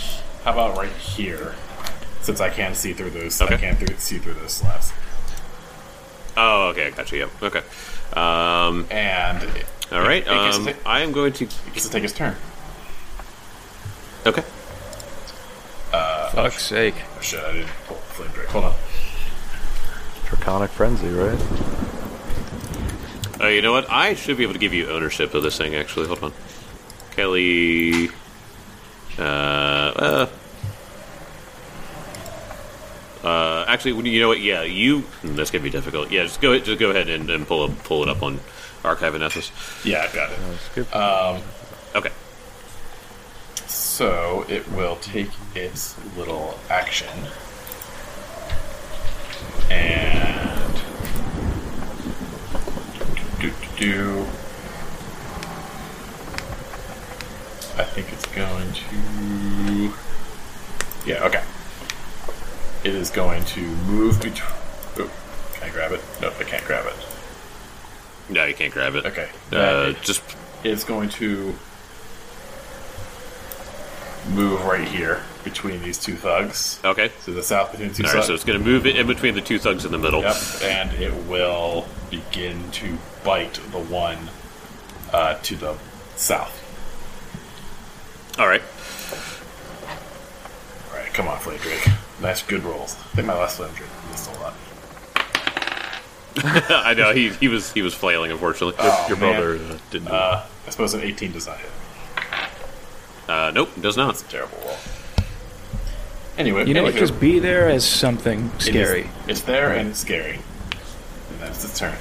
Speaker 2: how about right here? Since I can't see through those, I
Speaker 1: Okay.
Speaker 2: can't through, see through those slabs.
Speaker 1: oh, okay, I got you. Yeah, okay. Um,
Speaker 2: And it,
Speaker 1: all right.
Speaker 2: it gets,
Speaker 1: Um,
Speaker 2: to,
Speaker 1: I am going to.
Speaker 2: it gets to take his turn.
Speaker 1: Okay.
Speaker 4: Fuck's sake.
Speaker 2: Oh shit! I didn't pull flame drake. Hold on.
Speaker 3: Draconic frenzy, right?
Speaker 1: Oh, you know what? I should be able to give you ownership of this thing. Actually, hold on, Kelly. Uh, uh, uh, actually, when- you know what? Yeah, you. hmm, That's gonna be difficult. Yeah, just go. Just go ahead and, and pull up, pull it up on Archive and Ethos.
Speaker 2: Yeah, I've got it.
Speaker 3: Skip.
Speaker 1: Okay.
Speaker 2: So it will take its little action. And do, do, do. I think it's going to Yeah, okay. It is going to move between oh, can I grab it? Nope, I can't grab it.
Speaker 1: No, you can't grab it.
Speaker 2: Okay.
Speaker 1: Uh,
Speaker 2: That-
Speaker 1: just
Speaker 2: is going to move right here between these two thugs.
Speaker 1: okay.
Speaker 2: To the south between the two
Speaker 1: All right.
Speaker 2: thugs.
Speaker 1: So it's gonna move it in between the two thugs in the middle.
Speaker 2: yep, and it will begin to bite the one uh, to the south.
Speaker 1: All right.
Speaker 2: All right, come on, Flame Drake. Nice, good rolls. I think my last Flame Drake missed a lot.
Speaker 1: I know he, he was he was flailing. Unfortunately,
Speaker 3: Your
Speaker 2: Oh, man.
Speaker 3: brother uh, didn't.
Speaker 2: Uh, I suppose an 18 does not hit.
Speaker 1: Uh, nope, does not.
Speaker 2: That's a terrible roll. Anyway,
Speaker 4: You know,
Speaker 2: anywho,
Speaker 4: just be there as something
Speaker 2: it is-
Speaker 4: scary.
Speaker 2: it's there and it's scary. And that's the turn.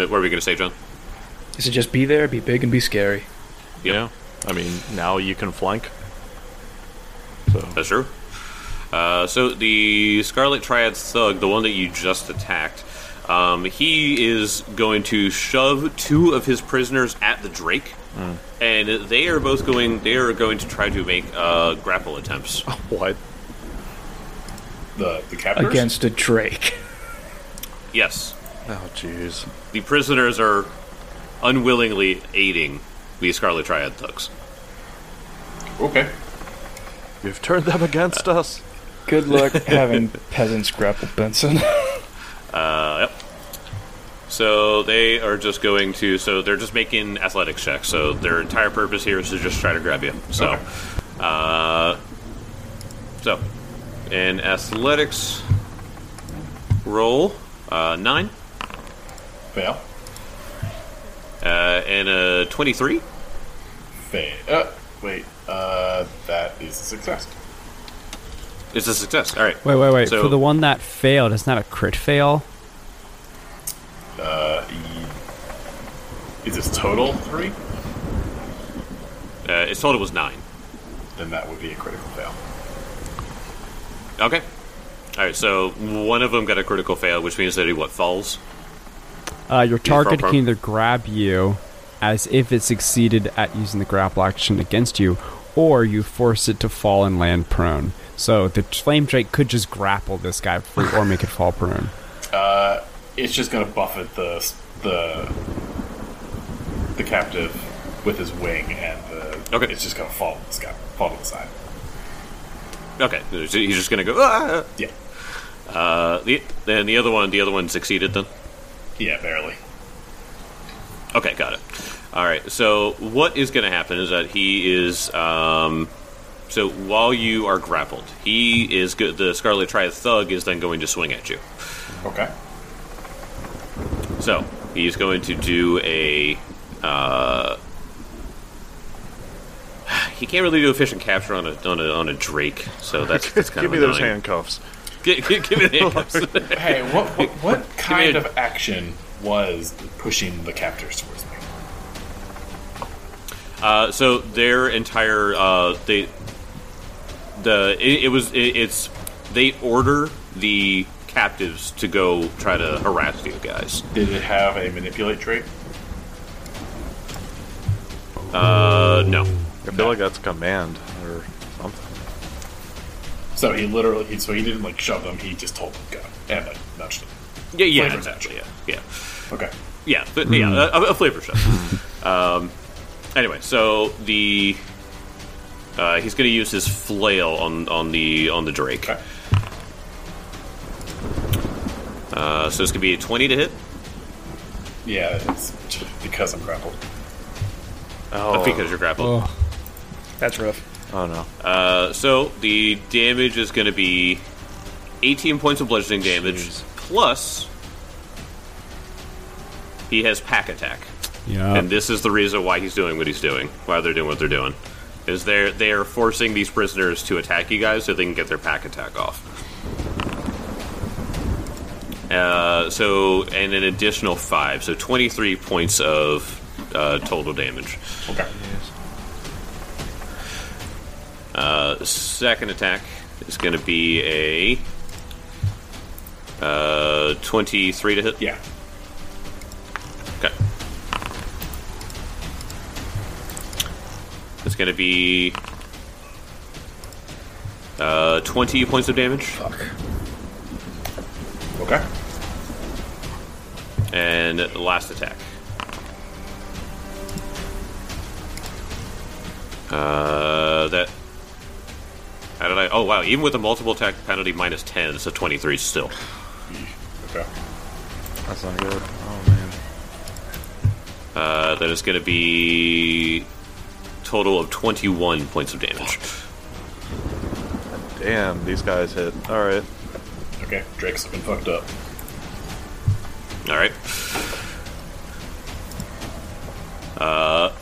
Speaker 1: What were we going to say, John?
Speaker 4: Is it just be there, be big, and be scary?
Speaker 3: Yeah. I mean, now you can flank.
Speaker 1: That's true. Uh, so the Scarlet Triad Thug, the one that you just attacked, um, he is going to shove two of his prisoners at the Drake, and they are both going. They are going to try to make uh, grapple attempts.
Speaker 3: What?
Speaker 2: The the captors
Speaker 4: Against a Drake.
Speaker 1: Yes,
Speaker 3: Oh, jeez.
Speaker 1: the prisoners are unwillingly aiding the Scarlet Triad Thugs.
Speaker 2: Okay.
Speaker 3: You've turned them against us.
Speaker 4: Good luck having peasants grapple Benson.
Speaker 1: So they are just going to. So they're just making athletics checks. So their entire purpose here is to just try to grab you. So, uh, so an athletics roll uh, nine
Speaker 2: Fail.
Speaker 1: uh, and a twenty-three.
Speaker 2: Fail. Uh, wait. Uh, that is a success.
Speaker 1: It's a success. All right.
Speaker 5: Wait, wait, wait.
Speaker 1: So-
Speaker 5: For the one that failed, it's not a crit fail.
Speaker 2: Uh, e- is this total three?
Speaker 1: Uh, its total was nine.
Speaker 2: Then that would be a critical fail.
Speaker 1: Okay. All right. So one of them got a critical fail, which means that he what falls.
Speaker 5: Uh, your target
Speaker 1: problem.
Speaker 5: can either grab you as if it succeeded at using the grapple action against you, or you force it to fall and land prone. So the flame drake could just grapple this guy free or make it fall prone.
Speaker 2: It's just gonna buffet the the the captive with his wing, and the
Speaker 1: Okay.
Speaker 2: it's just gonna fall to the sky, fall to the side.
Speaker 1: Okay. He's just gonna go. Ah!
Speaker 2: Yeah,
Speaker 1: Uh, the, then the other one. The other one succeeded then.
Speaker 2: yeah, barely.
Speaker 1: Okay, got it. All right. So what is going to happen is that he is. Um, so while you are grappled, he is go- the Scarlet Triad Thug is then going to swing at you.
Speaker 2: Okay.
Speaker 1: So he's going to do a. Uh, he can't really do a fish and capture on a on a, on a Drake. So that's, that's kind of
Speaker 3: Give me those
Speaker 1: annoying.
Speaker 3: handcuffs.
Speaker 1: Gi- gi- give me the handcuffs.
Speaker 2: Hey, what what, what kind
Speaker 1: a-
Speaker 2: of action was pushing the captors towards me?
Speaker 1: Uh, so their entire uh, they the it, it was it, it's they order the captives to go try to harass you guys.
Speaker 2: Did it have a manipulate trait?
Speaker 1: Uh, no,
Speaker 3: I feel like that's command or something.
Speaker 2: So he literally, he, so he didn't like shove them. He just told them go and like nudged them.
Speaker 1: yeah, yeah,
Speaker 2: Flavor
Speaker 1: exactly, yeah, yeah,
Speaker 2: Okay.
Speaker 1: yeah, but yeah, a, a flavor shot. um, anyway, so the uh, he's going to use his flail on on the on the Drake.
Speaker 2: Okay.
Speaker 1: Uh, so it's going to be a twenty to hit.
Speaker 2: Yeah, it's because I'm grappled.
Speaker 1: Oh. Because you're grappled.
Speaker 4: That's rough.
Speaker 3: Oh no.
Speaker 1: Uh, so the damage is going to be 18 points of bludgeoning damage plus he has pack attack,
Speaker 5: Yeah.
Speaker 1: and this is the reason why he's doing what he's doing, why they're doing what they're doing, is they they are forcing these prisoners to attack you guys so they can get their pack attack off. Uh, so and an additional five, so 23 points of uh, total damage.
Speaker 2: Okay.
Speaker 1: Uh, second attack is going to be a uh, 23 to hit.
Speaker 2: Yeah.
Speaker 1: Okay. It's going to be uh, 20 points of damage.
Speaker 2: Fuck. Okay.
Speaker 1: And last attack. Uh, that. How did I? Oh wow! Even with a multiple attack penalty minus ten, so twenty three still.
Speaker 2: Okay.
Speaker 3: That's not good. Oh man.
Speaker 1: Uh, that is going to be total of twenty one points of damage.
Speaker 3: Damn, these guys hit. All right.
Speaker 2: Okay. Drake's been fucked up.
Speaker 1: All right. Uh,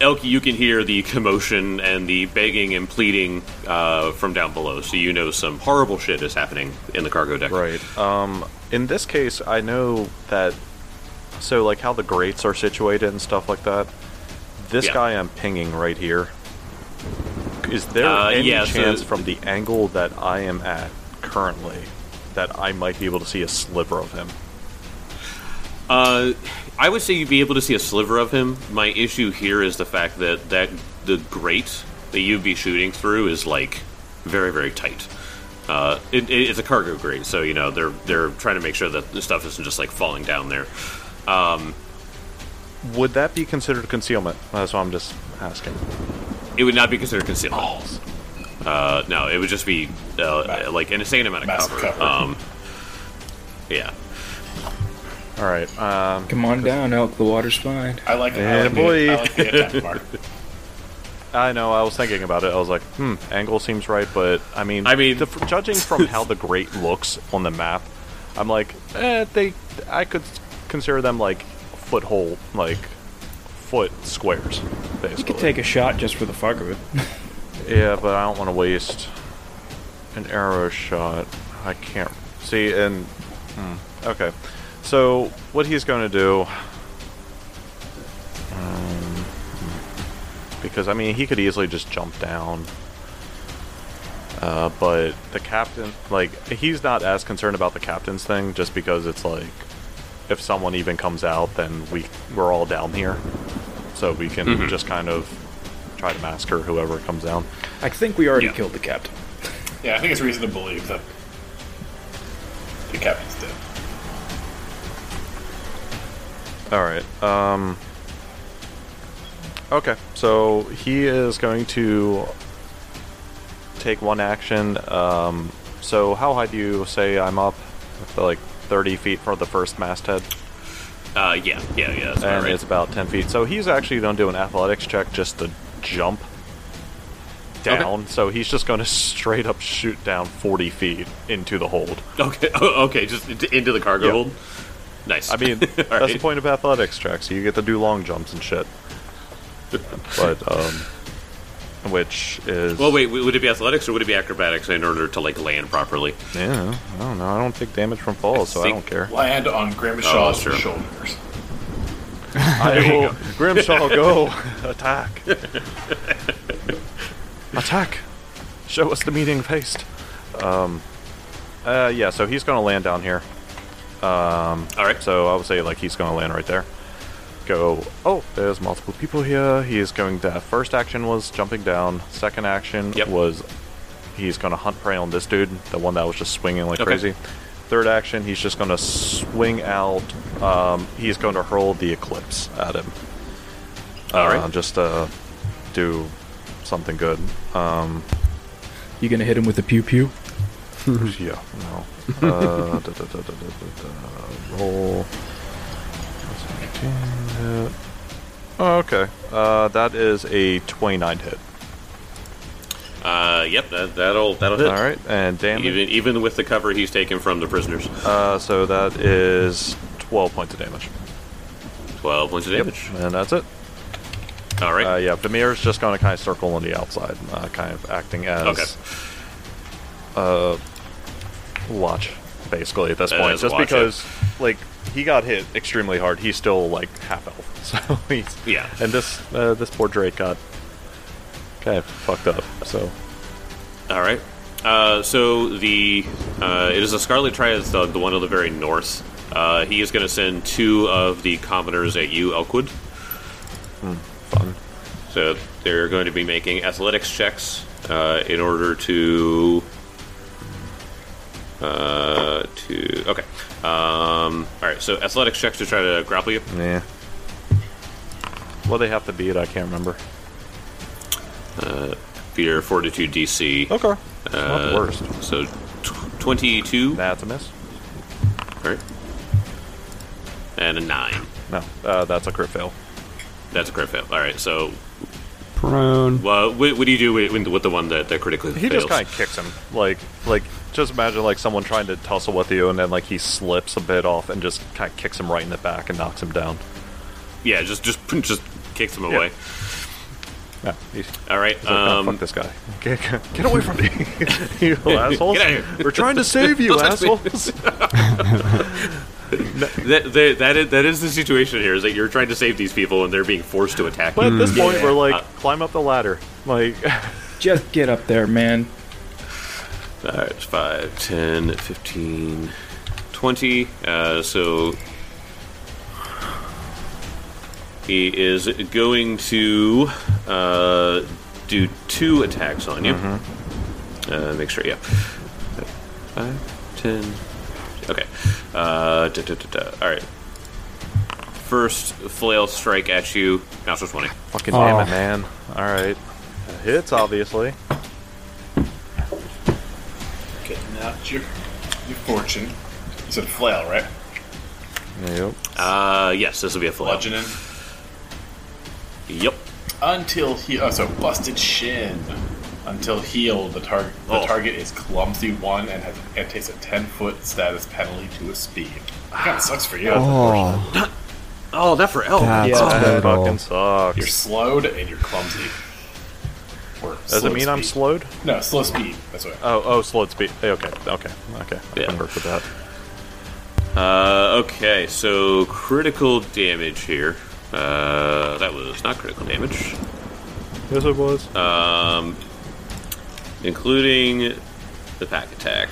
Speaker 1: Elk, you can hear the commotion and the begging and pleading uh, from down below, so you know some horrible shit is happening in the cargo deck.
Speaker 3: Right. Um, in this case, I know that. So, like, how the grates are situated and stuff like that. This
Speaker 1: Yeah.
Speaker 3: guy I'm pinging right here. Is there
Speaker 1: Uh,
Speaker 3: any
Speaker 1: yeah, so-
Speaker 3: chance from the angle that I am at currently that I might be able to see a sliver of him?
Speaker 1: Uh, I would say you'd be able to see a sliver of him. My issue here is the fact that that the grate that you'd be shooting through is like very very tight. Uh, it, it- it's a cargo grate, so you know they're they're trying to make sure that the stuff isn't just like falling down there. Um,
Speaker 3: Would that be considered concealment? That's what I'm just asking.
Speaker 1: it would not be considered concealment. Uh, no, it would just be uh, like an insane amount of
Speaker 2: Massive
Speaker 1: cover.
Speaker 2: cover.
Speaker 1: Um, yeah,
Speaker 3: All right. Um,
Speaker 4: Come on down, Elk. The water's fine.
Speaker 2: I like,
Speaker 3: Yeah,
Speaker 2: I like,
Speaker 3: boy.
Speaker 2: The, I like the attack mark.
Speaker 3: I know. I was thinking about it. I was like, hmm, angle seems right, but I mean,
Speaker 1: I mean-
Speaker 3: the, judging from how the grate looks on the map, I'm like, eh, they, I could consider them like foothold, like foot squares, basically.
Speaker 4: You could take a shot just for the fuck of it.
Speaker 3: yeah, but I don't want to waste an arrow shot. I can't see. And hmm, okay, so what he's going to do. um, Because I mean, he could easily just jump down. Uh, but the captain, like, he's not as concerned about the captain's thing, just because it's like, if someone even comes out, then we we're all down here, so we can just kind of try to massacre whoever comes down.
Speaker 4: I think we already
Speaker 2: Yeah.
Speaker 4: killed the captain.
Speaker 2: Yeah, I think it's reason to believe that the captain's dead.
Speaker 3: All right. Um. Okay, so he is going to take one action. Um. So how high do you say I'm up? Like 30 feet from the first masthead,
Speaker 1: uh, yeah, yeah, yeah. That's about
Speaker 3: and
Speaker 1: right.
Speaker 3: it's about 10 feet. So he's actually going to do an athletics check just to jump down. So he's just going to straight up shoot down 40 feet into the hold.
Speaker 1: Okay, oh, okay, just into into the cargo
Speaker 3: Yeah.
Speaker 1: hold. Nice.
Speaker 3: I mean,
Speaker 1: All
Speaker 3: that's the
Speaker 1: right.
Speaker 3: point of athletics tracks. You get to do long jumps and shit. But um, which is
Speaker 1: Well, wait, w- would it be athletics or would it be acrobatics in order to like land properly?
Speaker 3: Yeah, I don't know. I don't take damage from falls, so I
Speaker 1: think-
Speaker 3: don't care.
Speaker 2: Land on
Speaker 1: that's
Speaker 2: Grimshaw's
Speaker 1: true.
Speaker 2: shoulders.
Speaker 3: I will Grimshaw go attack. attack! Show us the meeting of haste. Um, uh, yeah. So he's gonna land down here.
Speaker 1: All right. So,
Speaker 3: So I would say like he's going to land right there. Go. Oh, there's multiple people here. He is going to. First action was jumping down. Second action
Speaker 1: Yep.
Speaker 3: was he's going to hunt prey on this dude, the one that was just swinging like
Speaker 1: Okay.
Speaker 3: crazy. Third action, he's just going to swing out. Um, he's going to hurl the eclipse at him.
Speaker 1: All right.
Speaker 3: Uh, just uh, do something good.
Speaker 4: You gonna hit him with a pew pew?
Speaker 3: Yeah, no. Uh, da, da, da, da, da, da, da, roll. Oh, okay. Uh, that is a 29 hit.
Speaker 1: uh, yep, that, that'll that'll hit.
Speaker 3: All right, and damage.
Speaker 1: Even even with the cover he's taken from the prisoners,
Speaker 3: Uh, so that is 12 points of damage.
Speaker 1: twelve points of damage.
Speaker 3: And that's it.
Speaker 1: All right.
Speaker 3: Uh, yeah, Vamir's just going to kind of circle on the outside, uh, kind of acting as uh,
Speaker 1: Okay.
Speaker 3: watch, basically, at this
Speaker 1: Uh,
Speaker 3: point.
Speaker 1: as a
Speaker 3: Just
Speaker 1: watch, yeah.
Speaker 3: because, like, he got hit extremely hard. He's still, like, half health. So he's.
Speaker 1: Yeah.
Speaker 3: And this uh, this poor Drake got kind of fucked up. So
Speaker 1: All right. Uh, so the uh, it is the Scarlet Triad's the, the one on the very north. Uh, he is going to send two of the commoners at you, Elkwood.
Speaker 3: fun.
Speaker 1: So they're going to be making athletics checks uh, in order to. Uh, to okay. Um, all right. So athletics checks to try to grapple you.
Speaker 3: Yeah. Well, they have to beat. I can't remember.
Speaker 1: Be your fortitude DC.
Speaker 3: Okay. It's not
Speaker 1: Uh,
Speaker 3: the worst.
Speaker 1: So tw twenty-two.
Speaker 3: That's a miss.
Speaker 1: All right. And a nine.
Speaker 3: No, uh, that's a crit fail.
Speaker 1: That's a crit fail. All right. So
Speaker 5: Prone.
Speaker 1: well, what, what do you do with, with the one that, that critically
Speaker 3: He
Speaker 1: fails?
Speaker 3: just kind of kicks him. Like, like just imagine like someone trying to tussle with you, and then like he slips a bit off and just kind of kicks him right in the back and knocks him down.
Speaker 1: yeah, just just just kicks him
Speaker 3: Yeah.
Speaker 1: away.
Speaker 3: Yeah, he's, he's
Speaker 1: All right.
Speaker 3: like, "Oh,
Speaker 1: Um,
Speaker 3: fuck this guy. Get, get- get away from me, you assholes.
Speaker 1: Get out of here.
Speaker 3: We're trying to save you,
Speaker 1: Don't touch me.
Speaker 3: assholes.
Speaker 1: that, that, that, is, that is the situation here, is that you're trying to save these people and they're being forced to attack
Speaker 3: But
Speaker 1: you.
Speaker 3: at this point, we're like,
Speaker 1: Uh,
Speaker 3: climb up the ladder. Like,
Speaker 4: Just get up there, man.
Speaker 1: All right, it's 5, 10, 15, 20. Uh, so he is going to uh, do two attacks on you. Uh, make sure, yeah. 5, 10. Okay. Uh, da, da, da, da. All right. First flail strike at you, natural 20.
Speaker 3: fucking
Speaker 5: Oh.
Speaker 3: damn it, man. All right, That hits obviously.
Speaker 2: Getting out your, your fortune. It's a flail, right?
Speaker 3: Yep.
Speaker 1: Uh, yes, this will be a flail.
Speaker 2: Bludgeoning.
Speaker 1: Yep.
Speaker 2: Until he oh, so busted shin. Until healed, the target the
Speaker 1: Oh.
Speaker 2: target is clumsy one and has and takes a ten foot status penalty to his speed. That sucks for you.
Speaker 5: Oh,
Speaker 1: Oh, not for L.
Speaker 5: that's
Speaker 4: Yeah.
Speaker 3: That
Speaker 5: brutal.
Speaker 3: fucking sucks.
Speaker 2: You're slowed and you're clumsy. Or
Speaker 3: Does
Speaker 2: slow
Speaker 3: it mean I'm
Speaker 2: speed.
Speaker 3: slowed?
Speaker 2: No, slow speed. That's what.
Speaker 3: Oh, oh, slowed speed. Hey, Okay, okay, okay. I
Speaker 1: Yeah.
Speaker 3: can work with that.
Speaker 1: Uh, okay, so critical damage here. Uh, that was not critical damage,
Speaker 3: Yes, it was.
Speaker 1: including the pack attack.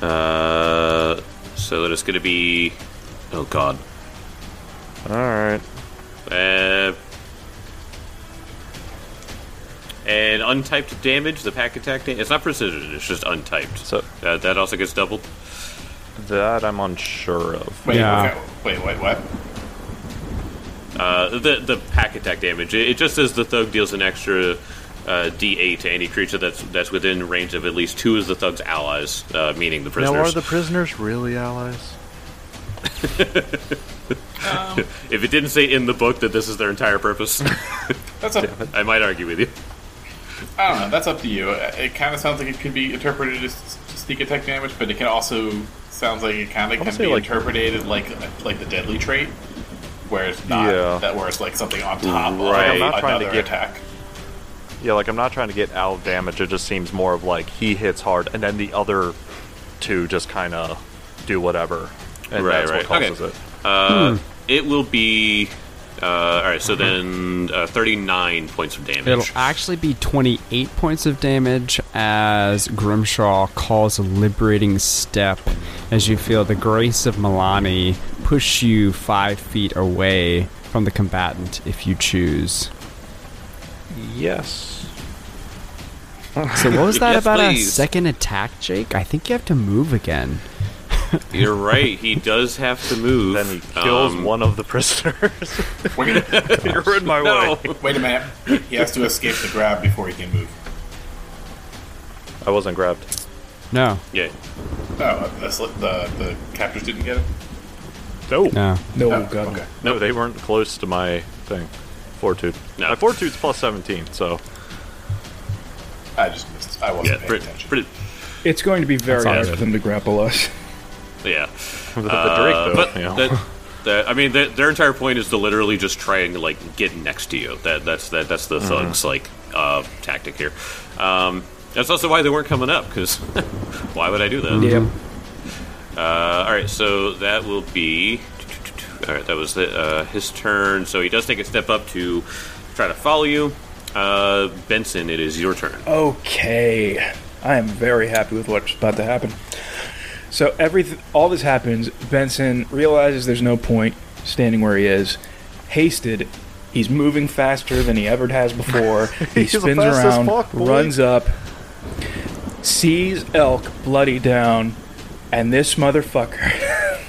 Speaker 1: Uh, so that is going to be. Oh god.
Speaker 3: All right.
Speaker 1: Uh, and untyped damage, the pack attack damage. It's not precision, it's just untyped.
Speaker 3: So-
Speaker 1: uh, that also gets doubled.
Speaker 3: That I'm unsure of.
Speaker 2: Wait,
Speaker 5: Yeah.
Speaker 2: okay. wait, wait, what?
Speaker 1: Uh, the the pack attack damage. It, it just says the thug deals an extra uh, D8 to any creature that's that's within range of at least two of the thug's allies, uh, meaning the
Speaker 3: Now, are
Speaker 1: prisoners.
Speaker 3: the prisoners really allies?
Speaker 1: if it didn't say in the book that this is their entire purpose,
Speaker 2: That's up.
Speaker 1: I might argue with you.
Speaker 2: I don't know. That's up to you. It kind of sounds like it could be interpreted as sneak attack damage, but it can also sounds like it kind of
Speaker 3: wanna
Speaker 2: can
Speaker 3: say,
Speaker 2: be
Speaker 3: like-
Speaker 2: interpreted like like the deadly trait, where it's not
Speaker 3: Yeah.
Speaker 2: that where it's like something on top
Speaker 1: Right. I'm
Speaker 2: of another
Speaker 1: not
Speaker 3: trying to get-
Speaker 2: attack.
Speaker 3: Yeah, like I'm not trying to get out damage. It just seems more of like he hits hard, and then the other two just kind of do whatever, and
Speaker 1: Right,
Speaker 3: that's
Speaker 1: right.
Speaker 3: what
Speaker 1: Okay.
Speaker 3: causes it.
Speaker 1: Uh, It will be uh, all right. So then, uh, thirty-nine points of damage.
Speaker 5: It'll actually be 28 points of damage as Grimshaw calls a liberating step as you feel the grace of Milani push you five feet away from the combatant if you choose.
Speaker 3: Yes.
Speaker 5: So, what was that
Speaker 1: Yes,
Speaker 5: about a
Speaker 1: please.
Speaker 5: second attack, Jake? I think you have to move again.
Speaker 1: You're right. He does have to move.
Speaker 3: Then he kills
Speaker 1: Um,
Speaker 3: one of the prisoners.
Speaker 2: We're gonna-
Speaker 3: You're in my
Speaker 1: No.
Speaker 3: way.
Speaker 2: wait a minute. He has to escape the grab before he can move.
Speaker 3: I wasn't grabbed.
Speaker 5: No,
Speaker 1: Yeah.
Speaker 2: Oh, the sli- the, the captors didn't get it.
Speaker 3: No.
Speaker 5: no.
Speaker 4: No,
Speaker 2: Oh,
Speaker 4: God.
Speaker 2: okay.
Speaker 3: No, they weren't close to my thing. Fortitude.
Speaker 1: No. Uh,
Speaker 3: My fortitude's plus 17, so
Speaker 2: I just missed. I wasn't
Speaker 1: Yeah.
Speaker 2: paying
Speaker 1: Pretty,
Speaker 2: attention.
Speaker 1: pretty,
Speaker 4: It's going to be very
Speaker 5: That's all
Speaker 4: hard
Speaker 5: right.
Speaker 4: for them to grapple us.
Speaker 1: yeah.
Speaker 3: the, the Drake,
Speaker 1: Uh,
Speaker 3: though.
Speaker 1: but
Speaker 3: you know.
Speaker 1: that, that- I mean, their their entire point is to literally just try and like get next to you. That that's that that's the
Speaker 3: Mm-hmm.
Speaker 1: thugs like uh, tactic here. Um, that's also why they weren't coming up because why would I do that?
Speaker 4: Yep.
Speaker 1: Uh, all right, so that will be. All right, that was the, uh, his turn. So he does take a step up to try to follow you. Uh, Benson, it is your turn.
Speaker 4: Okay. I am very happy with what's about to happen. So everything, all this happens. Benson realizes there's no point standing where he is. Hasted, he's moving faster than he ever has before. he
Speaker 3: He's the
Speaker 4: spins
Speaker 3: fastest
Speaker 4: around,
Speaker 3: fuck, boy.
Speaker 4: runs up, sees elk bloody down, and this motherfucker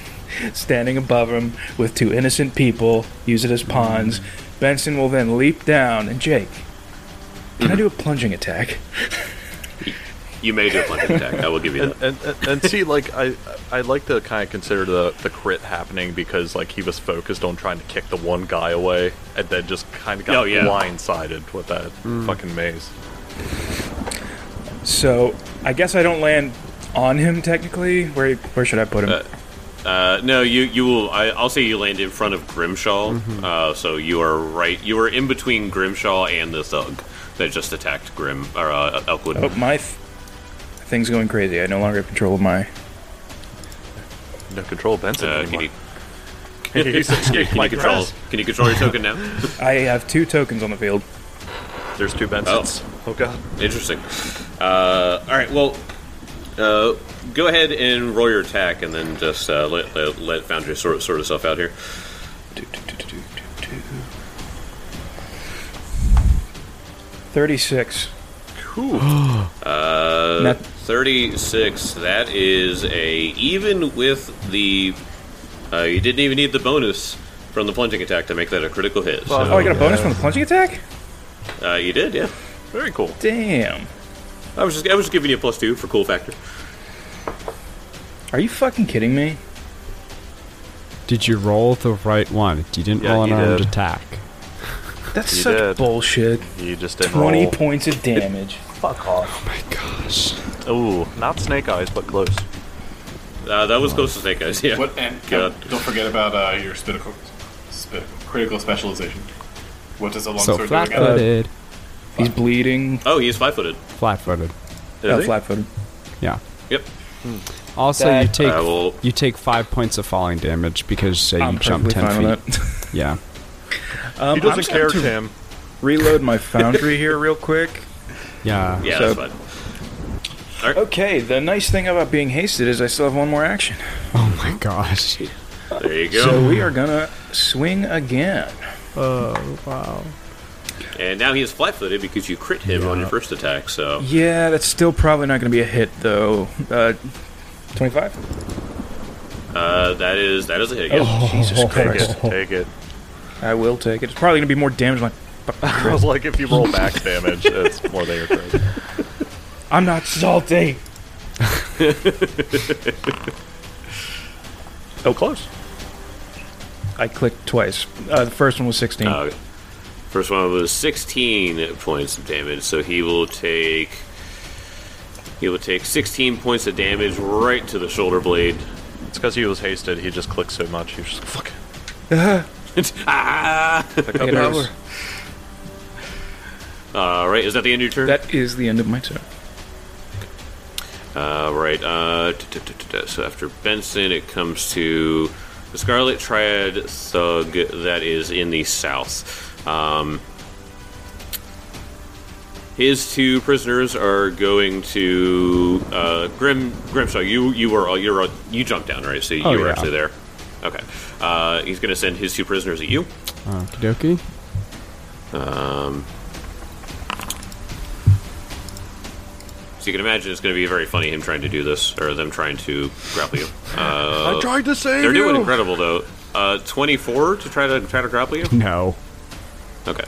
Speaker 4: standing above him with two innocent people use it as pawns. Benson will then leap down, and Jake, can
Speaker 3: Mm-hmm.
Speaker 4: I do a plunging attack?
Speaker 1: You may do a plunging attack. I will give you
Speaker 3: and,
Speaker 1: that.
Speaker 3: and, and, and see, like, I, I like to kind of consider the, the crit happening because, like, he was focused on trying to kick the one guy away and then just kind of got
Speaker 1: Oh, yeah.
Speaker 3: blindsided with that fucking maze.
Speaker 4: So I guess I don't land on him technically. Where where should I put him?
Speaker 1: Uh, Uh, no, you you will. I, I'll say you land in front of Grimshaw. Uh, so you are right. You are in between Grimshaw and the thug that just attacked Grim or uh, Elkwood.
Speaker 4: Oh, my th- thing's going crazy. I no longer have control of my.
Speaker 3: No control of Benson
Speaker 1: Uh, can
Speaker 3: anymore.
Speaker 1: you, He's escaped
Speaker 3: my
Speaker 1: control,
Speaker 3: grasp.
Speaker 1: can you control your token now?
Speaker 4: I have two tokens on the field.
Speaker 3: There's two Bensons. Oh, god.
Speaker 1: Interesting. Uh, all right. Well, uh, go ahead and roll your attack, and then just uh, let, let, let Foundry sort sort itself out here.
Speaker 4: Thirty-six.
Speaker 1: Uh,
Speaker 4: Not-
Speaker 1: Thirty-six. That is a even with the. Uh, you didn't even need the bonus from the plunging attack to make that a critical hit. So,
Speaker 4: Oh, I got a bonus from the plunging attack.
Speaker 1: uh, you did, yeah.
Speaker 3: Very cool.
Speaker 4: Damn.
Speaker 1: I was just I was just giving you a plus two for cool factor.
Speaker 4: Are you fucking kidding me?
Speaker 5: Did you roll the right one? You didn't
Speaker 3: Yeah,
Speaker 5: roll an
Speaker 3: you
Speaker 5: armed
Speaker 3: did.
Speaker 5: attack.
Speaker 4: That's
Speaker 3: You
Speaker 4: such
Speaker 3: did.
Speaker 4: bullshit.
Speaker 3: You just didn't
Speaker 4: Twenty
Speaker 3: roll.
Speaker 4: points of damage. Fuck off.
Speaker 5: Oh My gosh.
Speaker 3: Ooh, not snake eyes, but close.
Speaker 1: Uh, that was close to snake eyes. Yeah.
Speaker 2: What and
Speaker 1: God.
Speaker 2: don't forget about uh, your spinnacle, spin, critical specialization. What does a long
Speaker 5: So
Speaker 2: sword do
Speaker 5: flat
Speaker 2: again?
Speaker 5: footed.
Speaker 4: He's bleeding.
Speaker 1: Oh, he's five-footed.
Speaker 5: Flat footed.
Speaker 1: Is
Speaker 4: Oh,
Speaker 1: he?
Speaker 4: flat-footed.
Speaker 5: Yeah.
Speaker 1: Yep.
Speaker 5: Also,
Speaker 4: That-
Speaker 5: you take
Speaker 1: I will-
Speaker 5: you take five points of falling damage because uh, you
Speaker 4: I'm
Speaker 5: jump
Speaker 4: perfectly fine
Speaker 5: ten
Speaker 4: with
Speaker 5: feet. Yeah.
Speaker 4: Um,
Speaker 3: He
Speaker 4: I'm
Speaker 3: doesn't
Speaker 4: just gonna
Speaker 3: care, Tim.
Speaker 4: Reload my foundry here real quick.
Speaker 5: Yeah.
Speaker 1: Yeah,
Speaker 4: So-
Speaker 1: that's fine.
Speaker 4: Okay, the nice thing about being hasted is I still have one more action.
Speaker 5: Oh my gosh.
Speaker 1: There you go.
Speaker 4: So we are gonna swing again.
Speaker 1: And now he is flat footed because you crit him on your first attack, so.
Speaker 4: Yeah, that's still probably not gonna be a hit though. Uh, 25?
Speaker 1: Uh, that is that is a hit. Yeah.
Speaker 4: Oh, Jesus
Speaker 3: Take
Speaker 4: Christ.
Speaker 3: it. Take it.
Speaker 4: I will take it. It's probably gonna be more damage than my fucking
Speaker 3: I was like, if you roll back damage, it's more than your crit.
Speaker 4: I'm not salty.
Speaker 3: Oh, close.
Speaker 4: I clicked twice. Uh, the first one was 16.
Speaker 1: Uh, first one was 16 points of damage, so he will take. He will take 16 points of damage right to the shoulder blade.
Speaker 3: It's because he was hasted. He just clicked so much. He was just like, fuck.
Speaker 1: ah!
Speaker 3: Pick up
Speaker 4: It
Speaker 3: yours.
Speaker 4: is-
Speaker 1: All right, is that the end of your turn?
Speaker 4: that is the end of my turn.
Speaker 1: Uh, right. Uh, t- t- t- t- t- so after Benson, it comes to the Scarlet Triad thug that is in the south. Um, his two prisoners are going to uh, Grim Grimshaw. You you were all- you're all- you jumped down right, so you
Speaker 5: Oh,
Speaker 1: were
Speaker 5: yeah.
Speaker 1: actually there. Okay. Uh, he's going to send his two prisoners at you.
Speaker 4: Uh,
Speaker 5: Okie dokie.
Speaker 1: So you can imagine it's going to be very funny him trying to do this or them trying to grapple you. Uh,
Speaker 3: I tried to save
Speaker 1: They're
Speaker 3: you.
Speaker 1: doing incredible though. Uh, 24 to try to try to grapple you.
Speaker 5: No.
Speaker 1: Okay.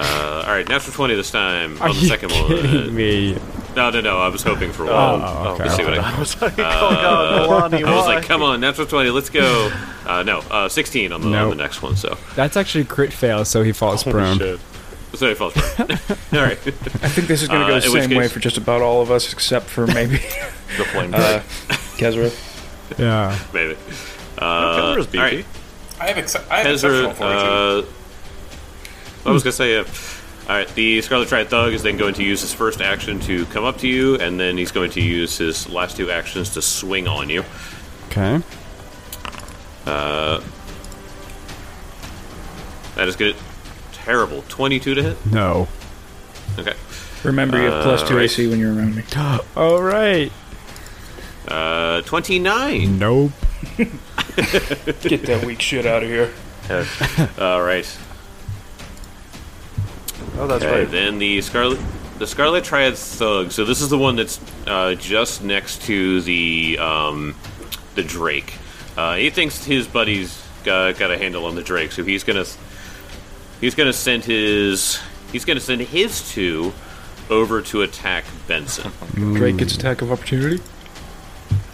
Speaker 1: Uh, all right, natural 20 this time
Speaker 5: Are
Speaker 1: on the
Speaker 5: you
Speaker 1: second
Speaker 5: kidding
Speaker 1: one.
Speaker 5: me?
Speaker 1: No, no, no. I was hoping for one. Oh,
Speaker 5: Oh, okay.
Speaker 1: Let's see what I,
Speaker 3: I was like, oh god, Milani,
Speaker 1: I was
Speaker 3: why?
Speaker 1: like, come on, natural 20, let's go. Uh, no, uh, 16 on the, on
Speaker 5: Nope.
Speaker 1: the next one. So,
Speaker 5: That's actually crit fail, so he falls prone.
Speaker 3: Shit.
Speaker 1: so he falls prone. all right.
Speaker 4: I think this is going to
Speaker 1: Uh,
Speaker 4: go
Speaker 1: in
Speaker 4: the
Speaker 1: which
Speaker 4: same way
Speaker 1: case-
Speaker 4: for just about all of us, except for maybe
Speaker 3: The flame
Speaker 4: uh,
Speaker 3: uh,
Speaker 4: Kezra.
Speaker 5: Yeah.
Speaker 1: Maybe. Uh,
Speaker 3: uh,
Speaker 1: all right.
Speaker 2: I have, ex- I have
Speaker 1: Ezra,
Speaker 2: exceptional fortitude.
Speaker 1: uh, I was gonna say, uh, all right. The Scarlet Triad Thug is then going to use his first action to come up to you, and then he's going to use his last two actions to swing on you.
Speaker 5: Okay.
Speaker 1: That is good. Terrible. Twenty-two to hit.
Speaker 5: No.
Speaker 1: Okay.
Speaker 4: Remember, you have plus 2
Speaker 1: right.
Speaker 4: AC when you're around me.
Speaker 5: All right.
Speaker 1: Uh, twenty-nine.
Speaker 5: Nope.
Speaker 4: Get that weak shit out of here.
Speaker 1: All right.
Speaker 3: Oh, that's
Speaker 1: Okay,
Speaker 3: right.
Speaker 1: then the Scarlet the Scarlet Triad Thug. So this is the one that's uh, just next to the um, the Drake. Uh, he thinks his buddy's got, got a handle on the Drake, so he's gonna he's gonna send his he's gonna send his two over to attack Benson.
Speaker 4: Drake gets attack of opportunity.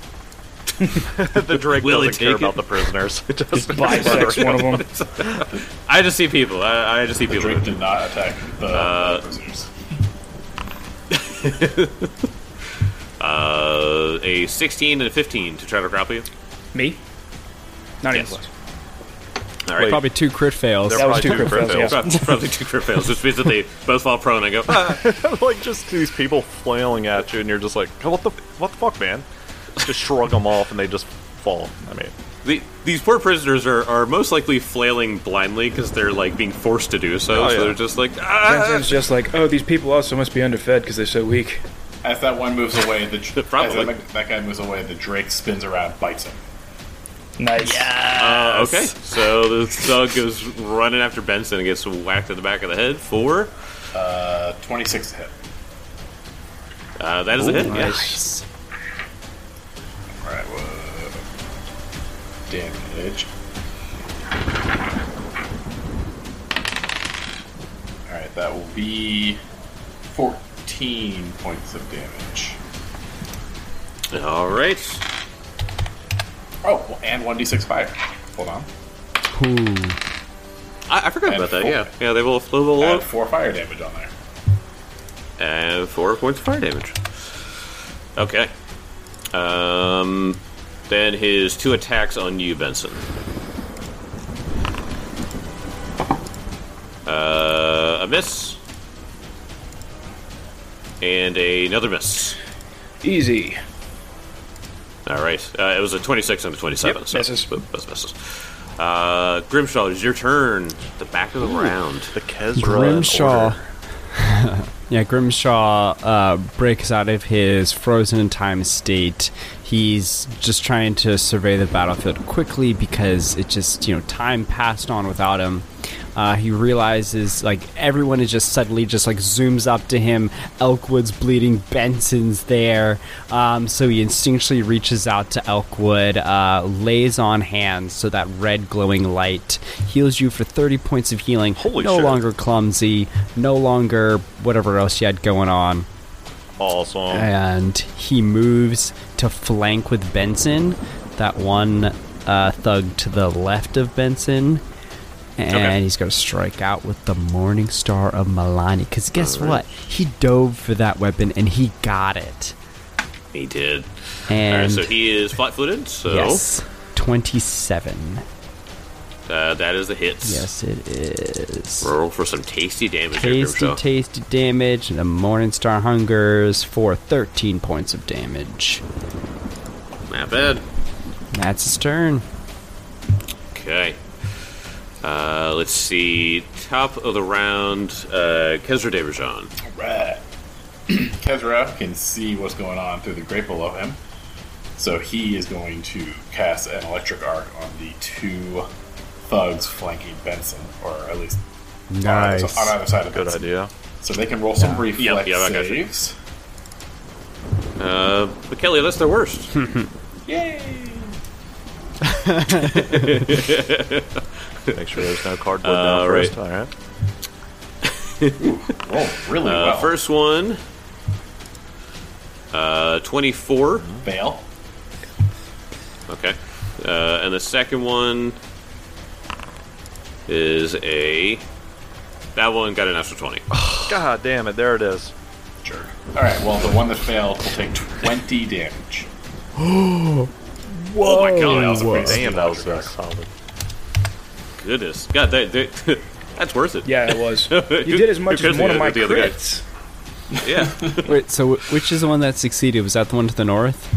Speaker 3: the Drake
Speaker 1: Will he
Speaker 3: doesn't care
Speaker 1: take it?
Speaker 3: about the prisoners. just
Speaker 4: Bisects one of them.
Speaker 1: I just see people. I, I just see
Speaker 2: The
Speaker 1: people.
Speaker 2: drink did not attack the prisoners.
Speaker 1: Uh, a sixteen and a fifteen to try to grapple you.
Speaker 4: Me? Not
Speaker 1: Yes.
Speaker 4: even close.
Speaker 1: All right.
Speaker 5: Probably two crit fails.
Speaker 3: They're
Speaker 4: That was
Speaker 3: probably
Speaker 4: two
Speaker 3: two
Speaker 4: crit
Speaker 3: crit
Speaker 4: fails.
Speaker 3: fails.
Speaker 4: yeah.
Speaker 1: Probably, probably two crit fails, which means that they both fall prone and go, ah.
Speaker 3: like just these people flailing at you, and you're just like, "Oh, what the what the fuck, man? Just shrug them off, and they just fall. I mean,
Speaker 1: The, these poor prisoners are, are most likely flailing blindly because they're like being forced to do so.
Speaker 3: Oh,
Speaker 1: So
Speaker 3: yeah.
Speaker 1: they're just like, ah.
Speaker 4: Jensen's just like, oh, these people also must be underfed because they're so weak.
Speaker 2: As that one moves away, the dr-
Speaker 1: Probably.
Speaker 2: as that, that guy moves away, the Drake spins around, bites him.
Speaker 4: Nice. Yeah.
Speaker 1: Uh, okay, so the thug goes running after Benson and gets whacked in the back of the head for
Speaker 2: Uh, Twenty six to hit.
Speaker 1: uh, that is a hit. Yeah.
Speaker 2: All right, well, damage. All right, that will be fourteen points of damage.
Speaker 1: All right,
Speaker 2: Oh, well, and one d six fire. Hold on.
Speaker 1: I, I forgot
Speaker 2: And
Speaker 1: about that.
Speaker 2: four.
Speaker 1: Yeah, yeah, they will flow below
Speaker 2: Add four fire damage on there.
Speaker 1: and four points of fire damage. Okay, um, then his two attacks on you, Benson. Uh, a miss and another miss.
Speaker 4: Easy.
Speaker 1: All right. Uh, it was a 26 and a 27.
Speaker 4: Yep,
Speaker 1: so
Speaker 4: misses.
Speaker 1: b- both misses. Uh, Grimshaw, it's your turn. The back of the round.
Speaker 3: the Kesra. in
Speaker 5: Grimshaw.
Speaker 3: order.
Speaker 5: yeah, Grimshaw uh, breaks out of his frozen in time state. He's just trying to survey the battlefield quickly because it just, you know, time passed on without him. Uh, he realizes like everyone is just suddenly just like zooms up to him. Elkwood's bleeding, Benson's there, um, so he instinctually reaches out to Elkwood, uh, lays on hands so that red glowing light heals you for thirty points of healing.
Speaker 3: Holy
Speaker 5: no
Speaker 3: shit.
Speaker 5: longer clumsy, no longer whatever else you had going on.
Speaker 3: Awesome.
Speaker 5: And he moves to flank with Benson, that one uh, thug to the left of Benson. And
Speaker 1: Okay.
Speaker 5: he's going to strike out with the Morning Star of Milani. Because guess what? He dove for that weapon and he got it.
Speaker 1: He did. All right.
Speaker 5: And
Speaker 1: So he is flat footed. So
Speaker 5: yes, 27.
Speaker 1: uh, that is the hits.
Speaker 5: Yes, it is.
Speaker 1: Roll for some tasty damage here,
Speaker 5: Tasty,
Speaker 1: Grimshaw.
Speaker 5: tasty damage. And the Morning Star hungers for 13 points of damage.
Speaker 1: Not bad.
Speaker 5: That's his turn.
Speaker 1: Okay. Uh, let's see. Top of the round, uh, Kesra Deverjan.
Speaker 2: Right. Kezra can see what's going on through the grate below him. So he is going to cast an electric arc on the two thugs flanking Benson, or at least on,
Speaker 7: Nice.
Speaker 2: either, on either side of
Speaker 3: Good
Speaker 2: Benson.
Speaker 3: idea.
Speaker 2: So they can roll some reflex
Speaker 1: yeah, I got you.
Speaker 2: saves.
Speaker 1: Uh, but Kelly, that's their worst.
Speaker 2: Yay!
Speaker 3: Make sure there's no cardboard
Speaker 1: Uh,
Speaker 3: down
Speaker 1: right.
Speaker 3: first. All right.
Speaker 2: Roll really
Speaker 1: Uh,
Speaker 2: well.
Speaker 1: First one, uh, 24.
Speaker 2: fail.
Speaker 1: Okay. Uh, and the second one is a. That one got a natural 20.
Speaker 3: God damn it! There it is.
Speaker 2: Jerk. All right. Well, the one that failed will take twenty damage.
Speaker 1: Oh my god,
Speaker 2: that was a
Speaker 3: Damn,
Speaker 2: pretty steep
Speaker 3: that was
Speaker 2: electric
Speaker 3: a
Speaker 2: arc.
Speaker 3: solid.
Speaker 1: goodness. God, that, that- that's worth it.
Speaker 4: Yeah, it was. You did as much
Speaker 1: Who cares
Speaker 4: as one of
Speaker 1: if
Speaker 4: my
Speaker 1: the other guy-
Speaker 4: crits.
Speaker 1: Yeah.
Speaker 5: Wait, so wh- which is the one that succeeded? Was that the one to the north?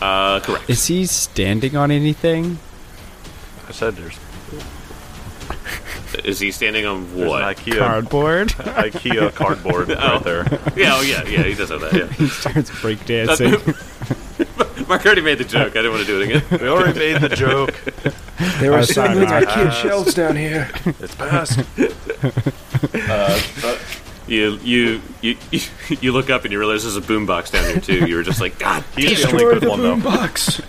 Speaker 1: Uh, correct.
Speaker 5: Is he standing on anything?
Speaker 3: I said there's,
Speaker 1: Is he standing on
Speaker 3: there's an
Speaker 1: what?
Speaker 3: IKEA
Speaker 5: Cardboard?
Speaker 3: IKEA cardboard right there.
Speaker 1: Yeah, oh, yeah, yeah, he does have that, yeah.
Speaker 5: he starts breakdancing.
Speaker 1: Mark already made the joke. I didn't want to do it again.
Speaker 3: We already made the joke.
Speaker 4: There are so
Speaker 5: sorry,
Speaker 4: many
Speaker 5: Mark.
Speaker 4: IKEA shelves down here.
Speaker 3: It's past.
Speaker 2: But
Speaker 1: You, you, you, you, you look up and you realize there's a boombox down here, too. You were just like, God
Speaker 3: He's the only
Speaker 4: Destroy
Speaker 3: good
Speaker 4: the
Speaker 3: one though.
Speaker 4: boombox.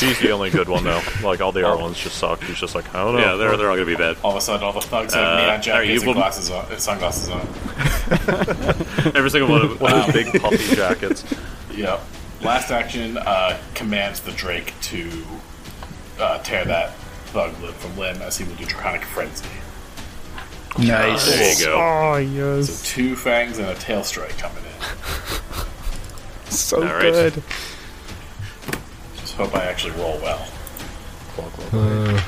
Speaker 3: He's the only good one though. Like all the other ones just suck. He's just like "Oh, I don't know.
Speaker 1: Oh. Yeah, they're, they're all going to be bad.
Speaker 2: all of a sudden, all the thugs have
Speaker 1: Uh,
Speaker 2: neon
Speaker 1: are you
Speaker 2: jackets and
Speaker 1: woman-
Speaker 2: glasses on, and sunglasses on.
Speaker 1: Every single one of them.
Speaker 3: Those big puffy jackets.
Speaker 2: Yep. Last action uh, commands the Drake to uh, tear that thug limb from limb as he will do Draconic Frenzy.
Speaker 4: Nice.
Speaker 1: There you go.
Speaker 7: Oh, yes.
Speaker 2: Two fangs and a tail strike coming in.
Speaker 5: so
Speaker 1: All right.
Speaker 5: good.
Speaker 2: Hope I actually roll well.
Speaker 7: Uh,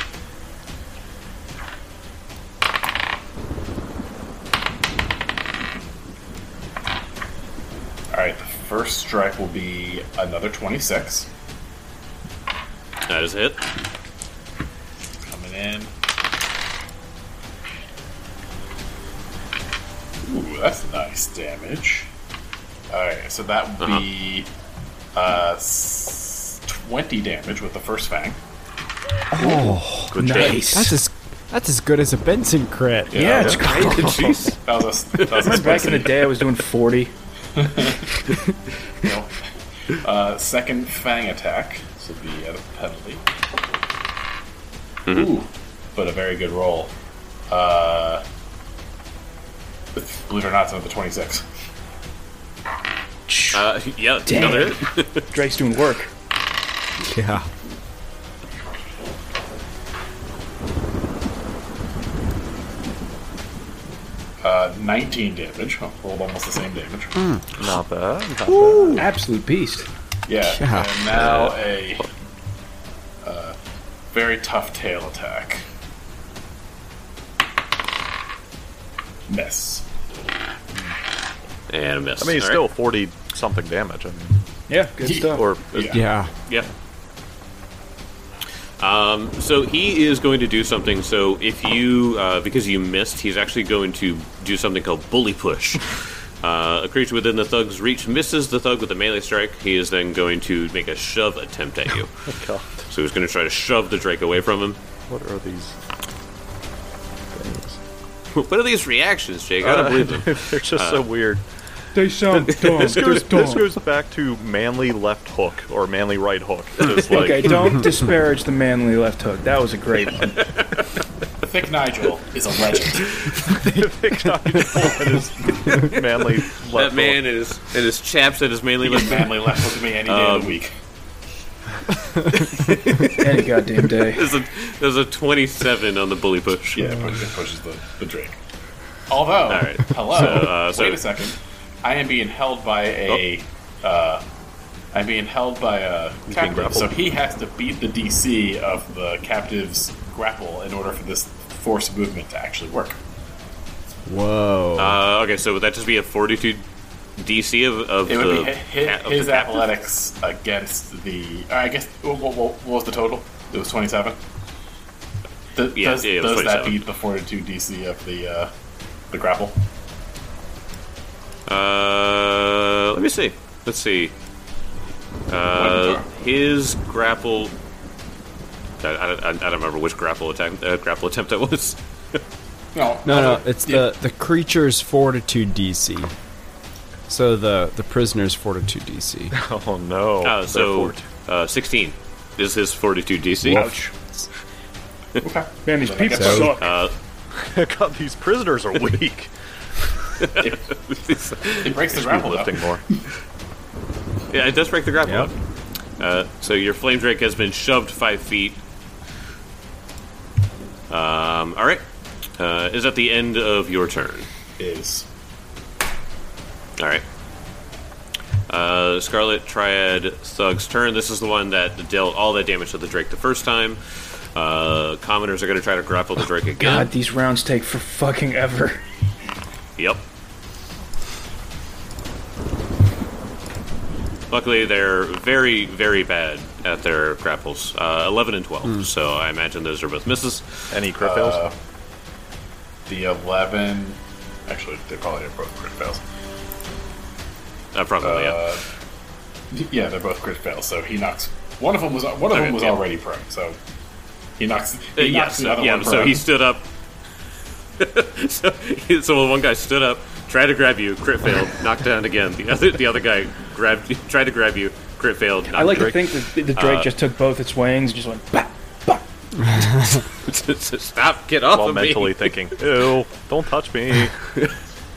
Speaker 2: All right, the first strike will be another 26.
Speaker 1: That is a hit.
Speaker 2: Coming in. Ooh, that's nice damage. Alright, so that would be
Speaker 4: Uh-huh.
Speaker 2: uh, s- 20 damage with the first fang.
Speaker 1: Good
Speaker 4: Nice.
Speaker 5: That's as that's as good as a Benson crit.
Speaker 4: yeah, it's great.
Speaker 1: shot. Jeez.
Speaker 2: That was a, that was a
Speaker 4: Remember back in the day, I was doing forty.
Speaker 2: No. Uh, second fang attack. This would be at a penalty.
Speaker 4: Mm-hmm.
Speaker 2: Ooh, but a very good roll. Uh, believe it or not, it's another 26.
Speaker 1: Uh, yeah, another hit.
Speaker 4: Drake's doing work.
Speaker 5: Yeah.
Speaker 2: Uh, 19 damage. Oh, rolled almost the same damage.
Speaker 3: Not bad. Not bad.
Speaker 4: Absolute beast.
Speaker 2: Yeah.
Speaker 5: Yeah.
Speaker 2: And now a uh, very tough tail attack. Miss.
Speaker 1: And a miss.
Speaker 3: I mean, it's
Speaker 1: All
Speaker 3: still
Speaker 1: right.
Speaker 3: forty something damage. I mean,
Speaker 4: Yeah, good
Speaker 2: Ye-
Speaker 4: stuff.
Speaker 3: or
Speaker 2: Yeah.
Speaker 5: Yeah.
Speaker 1: Yeah. Um, so he is going to do something. So if you, uh, because you missed, he's actually going to do something called bully push. Uh, a creature within the thug's reach misses the thug with a melee strike. He is then going to make a shove attempt at you.
Speaker 2: Oh,
Speaker 3: God,
Speaker 1: So he's going to try to shove the Drake away from him.
Speaker 3: what are these things?
Speaker 1: What are these reactions, Jake? I don't believe
Speaker 2: Uh,
Speaker 1: them.
Speaker 3: They're just so weird.
Speaker 4: They sound dumb.
Speaker 3: This goes,
Speaker 4: They're
Speaker 3: this
Speaker 4: dumb.
Speaker 3: goes back to manly left hook or manly right hook. It's like,
Speaker 4: Okay, don't disparage the manly left hook. That was a great one.
Speaker 2: Thick Nigel is a legend.
Speaker 3: manly left
Speaker 1: That man
Speaker 3: hook.
Speaker 1: and his, and his chaps and his mainly
Speaker 2: His
Speaker 1: left.
Speaker 2: family left with me any day of
Speaker 1: Um,
Speaker 2: the week.
Speaker 4: Any goddamn day.
Speaker 1: There's a, there's a 27 on the bully push.
Speaker 2: Yeah, push, it pushes the, the Drake. Although,
Speaker 1: right.
Speaker 2: hello,
Speaker 1: uh, so- Oh.
Speaker 2: wait a second. I am being held by a. Uh, I'm being held by a captive, so he has to beat the DC of the captive's grapple in order for this force movement to actually work.
Speaker 5: Whoa.
Speaker 1: Uh, okay, so would that just be a 42 DC of, of
Speaker 2: It would
Speaker 1: the
Speaker 2: be his,
Speaker 1: of the
Speaker 2: his
Speaker 1: captain?
Speaker 2: athletics against the. or I guess what, what, what was the total? It was twenty-seven. Th-
Speaker 1: Yeah,
Speaker 2: does
Speaker 1: yeah, it was
Speaker 2: does that
Speaker 1: 27.
Speaker 2: beat the forty-two DC of the uh, the grapple?
Speaker 1: Uh, let me see. Let's see. Uh, his grapple. I, I, I I don't remember which grapple attack uh, grapple attempt that was.
Speaker 2: No,
Speaker 5: no,
Speaker 1: uh,
Speaker 5: no, it's
Speaker 2: yeah.
Speaker 5: the the creature's fortitude DC. So the the prisoner's fortitude DC.
Speaker 3: Oh no.
Speaker 1: Uh,
Speaker 3: They're
Speaker 1: so
Speaker 3: fort-
Speaker 1: uh, 16 is his 42 DC.
Speaker 2: Ouch. okay.
Speaker 4: Man, these
Speaker 2: Then I
Speaker 4: people
Speaker 2: guess-
Speaker 4: suck.
Speaker 3: God, these prisoners are weak.
Speaker 2: It breaks the grapple. though.
Speaker 3: lifting more.
Speaker 1: yeah, it does break the grapple.
Speaker 5: Yep.
Speaker 1: up. Uh, so your flame drake has been shoved five feet. Um, all right. Uh, is at the end of your turn.
Speaker 2: Is
Speaker 1: All right. Uh, Scarlet Triad Thug's turn. This is the one that dealt all that damage to the Drake the first time. Uh, commoners are going to try to grapple the Drake again.
Speaker 4: God, these rounds take for fucking ever.
Speaker 1: Yep. Luckily, they're very, very bad at their grapples. Uh, 11 and 12, so I imagine those are both misses.
Speaker 3: Any crit fails?
Speaker 4: Uh,
Speaker 2: the eleven? Actually, they probably are both crit fails.
Speaker 1: Uh, probably, yeah.
Speaker 2: Yeah, they're both crit fails. So he knocks one of them was one of
Speaker 1: Okay,
Speaker 2: them was
Speaker 1: yeah.
Speaker 2: already prone. So he knocks.
Speaker 1: Uh,
Speaker 2: He
Speaker 1: yes,
Speaker 2: knocks the other
Speaker 1: yeah,
Speaker 2: one
Speaker 1: so
Speaker 2: prone.
Speaker 1: he stood up. so, he- so one guy stood up, tried to grab you, crit failed, knocked down again. The other the other guy grabbed, tried to grab you, crit failed. Knocked
Speaker 4: I like to
Speaker 1: Drake.
Speaker 4: think that the Drake just took both its wings and just went, bah, bah.
Speaker 1: Stop! Get off
Speaker 3: While
Speaker 1: of me!
Speaker 3: mentally thinking, ew, don't touch me.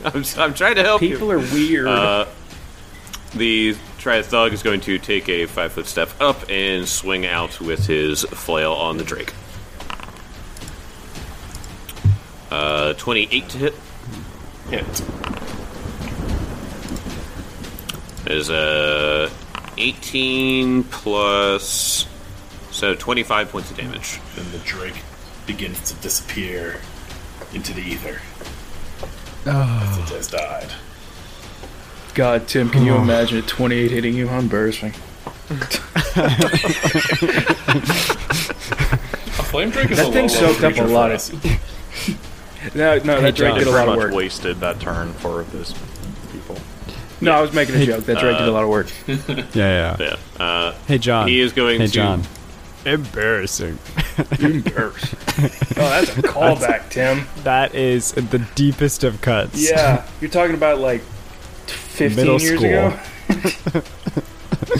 Speaker 1: I'm, I'm trying to help
Speaker 4: People
Speaker 1: you.
Speaker 4: are weird.
Speaker 1: The triad thug is going to take a five foot step up and swing out with his flail on the drake. Uh, twenty eight to hit
Speaker 2: hit.
Speaker 1: is uh, 18 plus. So 25 points of damage.
Speaker 2: Then the drake begins to disappear into the ether.
Speaker 5: Oh.
Speaker 2: It has died.
Speaker 4: God, Tim, can you imagine a 28 hitting you on Bursling?
Speaker 2: A flame drake is
Speaker 4: That
Speaker 2: a
Speaker 4: thing
Speaker 2: low level
Speaker 4: soaked up a
Speaker 2: creature for
Speaker 4: lot of-
Speaker 2: us.
Speaker 4: No, no, that Drake
Speaker 5: John.
Speaker 4: did
Speaker 3: pretty
Speaker 4: a lot
Speaker 3: much
Speaker 4: of work.
Speaker 3: wasted that turn for this people.
Speaker 4: No, I was making a joke. That Drake did a lot of work.
Speaker 5: Yeah, yeah.
Speaker 1: Yeah. Uh,
Speaker 5: Hey, John.
Speaker 1: He is going
Speaker 5: hey,
Speaker 1: to-
Speaker 5: John. Embarrassing.
Speaker 4: Oh, that's a callback, Tim.
Speaker 5: That is the deepest of cuts.
Speaker 4: Yeah, you're talking about like 15
Speaker 5: Middle
Speaker 4: years
Speaker 5: school.
Speaker 4: ago.
Speaker 1: uh,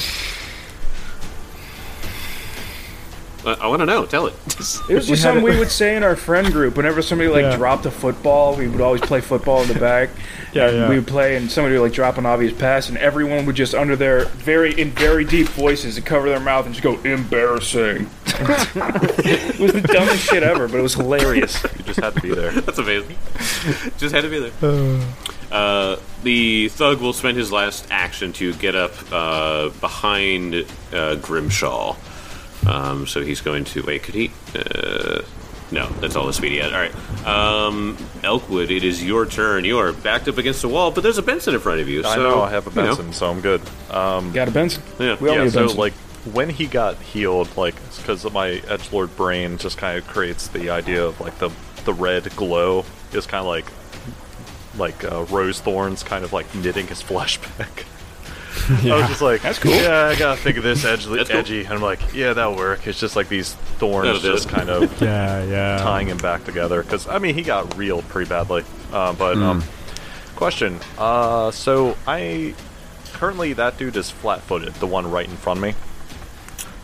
Speaker 1: I, I want to know. Tell it.
Speaker 4: It was
Speaker 5: We
Speaker 4: just
Speaker 5: had
Speaker 4: something
Speaker 5: it-
Speaker 4: we would say in our friend group. Whenever somebody like
Speaker 5: Yeah.
Speaker 4: dropped a football, we would always play football in the back.
Speaker 5: Yeah,
Speaker 4: and
Speaker 5: yeah.
Speaker 4: We would play, and somebody would like drop an obvious pass, and everyone would just under their very in very deep voices and cover their mouth and just go embarrassing. it was the dumbest shit ever, but it was hilarious.
Speaker 3: You just had to be there.
Speaker 1: That's amazing. Just had to be there. Uh, the thug will spend his last action to get up uh, behind uh, Grimshaw. Um, so he's going to wait. Could he? Uh, no, that's all the speed he had. All right, um, Elkwood, it is your turn. You are backed up against the wall, but there's a Benson in front of you. So,
Speaker 3: I know I have a
Speaker 1: you know.
Speaker 3: Benson, so I'm good.
Speaker 4: Got a Benson.
Speaker 1: Yeah.
Speaker 4: we all
Speaker 3: yeah,
Speaker 4: need a
Speaker 3: so
Speaker 4: Benson.
Speaker 3: like when he got healed, like because my edge lord brain just kind of creates the idea of like the the red glow is kind of like like uh, rose thorns, kind of like knitting his flesh back. I was just like, that's cool. Yeah, I gotta think of this edge,
Speaker 1: cool.
Speaker 3: edgy, and I'm like, yeah, that'll work. It's just like these thorns
Speaker 1: That'll do
Speaker 3: just
Speaker 1: it.
Speaker 3: kind of
Speaker 5: Yeah, yeah.
Speaker 3: tying him back together because I mean he got reeled pretty badly. Uh, but um, question: uh, so I currently that dude is flat-footed, the one right in front of me.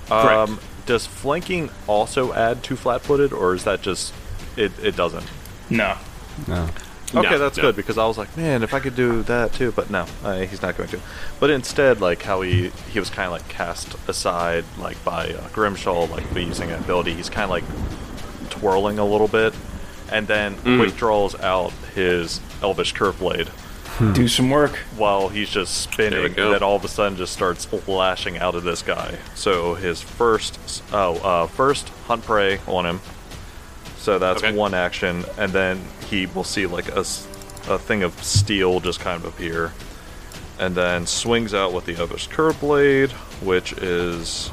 Speaker 1: Correct.
Speaker 3: Um, does flanking also add to flat-footed, or is that just it? It doesn't.
Speaker 4: no.
Speaker 5: No.
Speaker 1: No,
Speaker 3: Okay, that's
Speaker 1: no.
Speaker 3: good because I was like, man, if I could do that too, but no, uh, he's not going to. But instead, like how he he was kind of like cast aside, like by uh, Grimshaw, like by using an ability, he's kind of like twirling a little bit, and then
Speaker 1: Mm.
Speaker 3: quick draws out his Elvish Curve Blade
Speaker 5: Hmm.
Speaker 4: Do some work.
Speaker 3: while he's just spinning,
Speaker 1: There we
Speaker 3: and
Speaker 1: go.
Speaker 3: then all of a sudden just starts lashing out at this guy. So his first, oh, uh, first hunt prey on him. So that's
Speaker 1: Okay.
Speaker 3: one action, and then he will see like a, s- a thing of steel just kind of appear, and then swings out with the other's curve blade, which is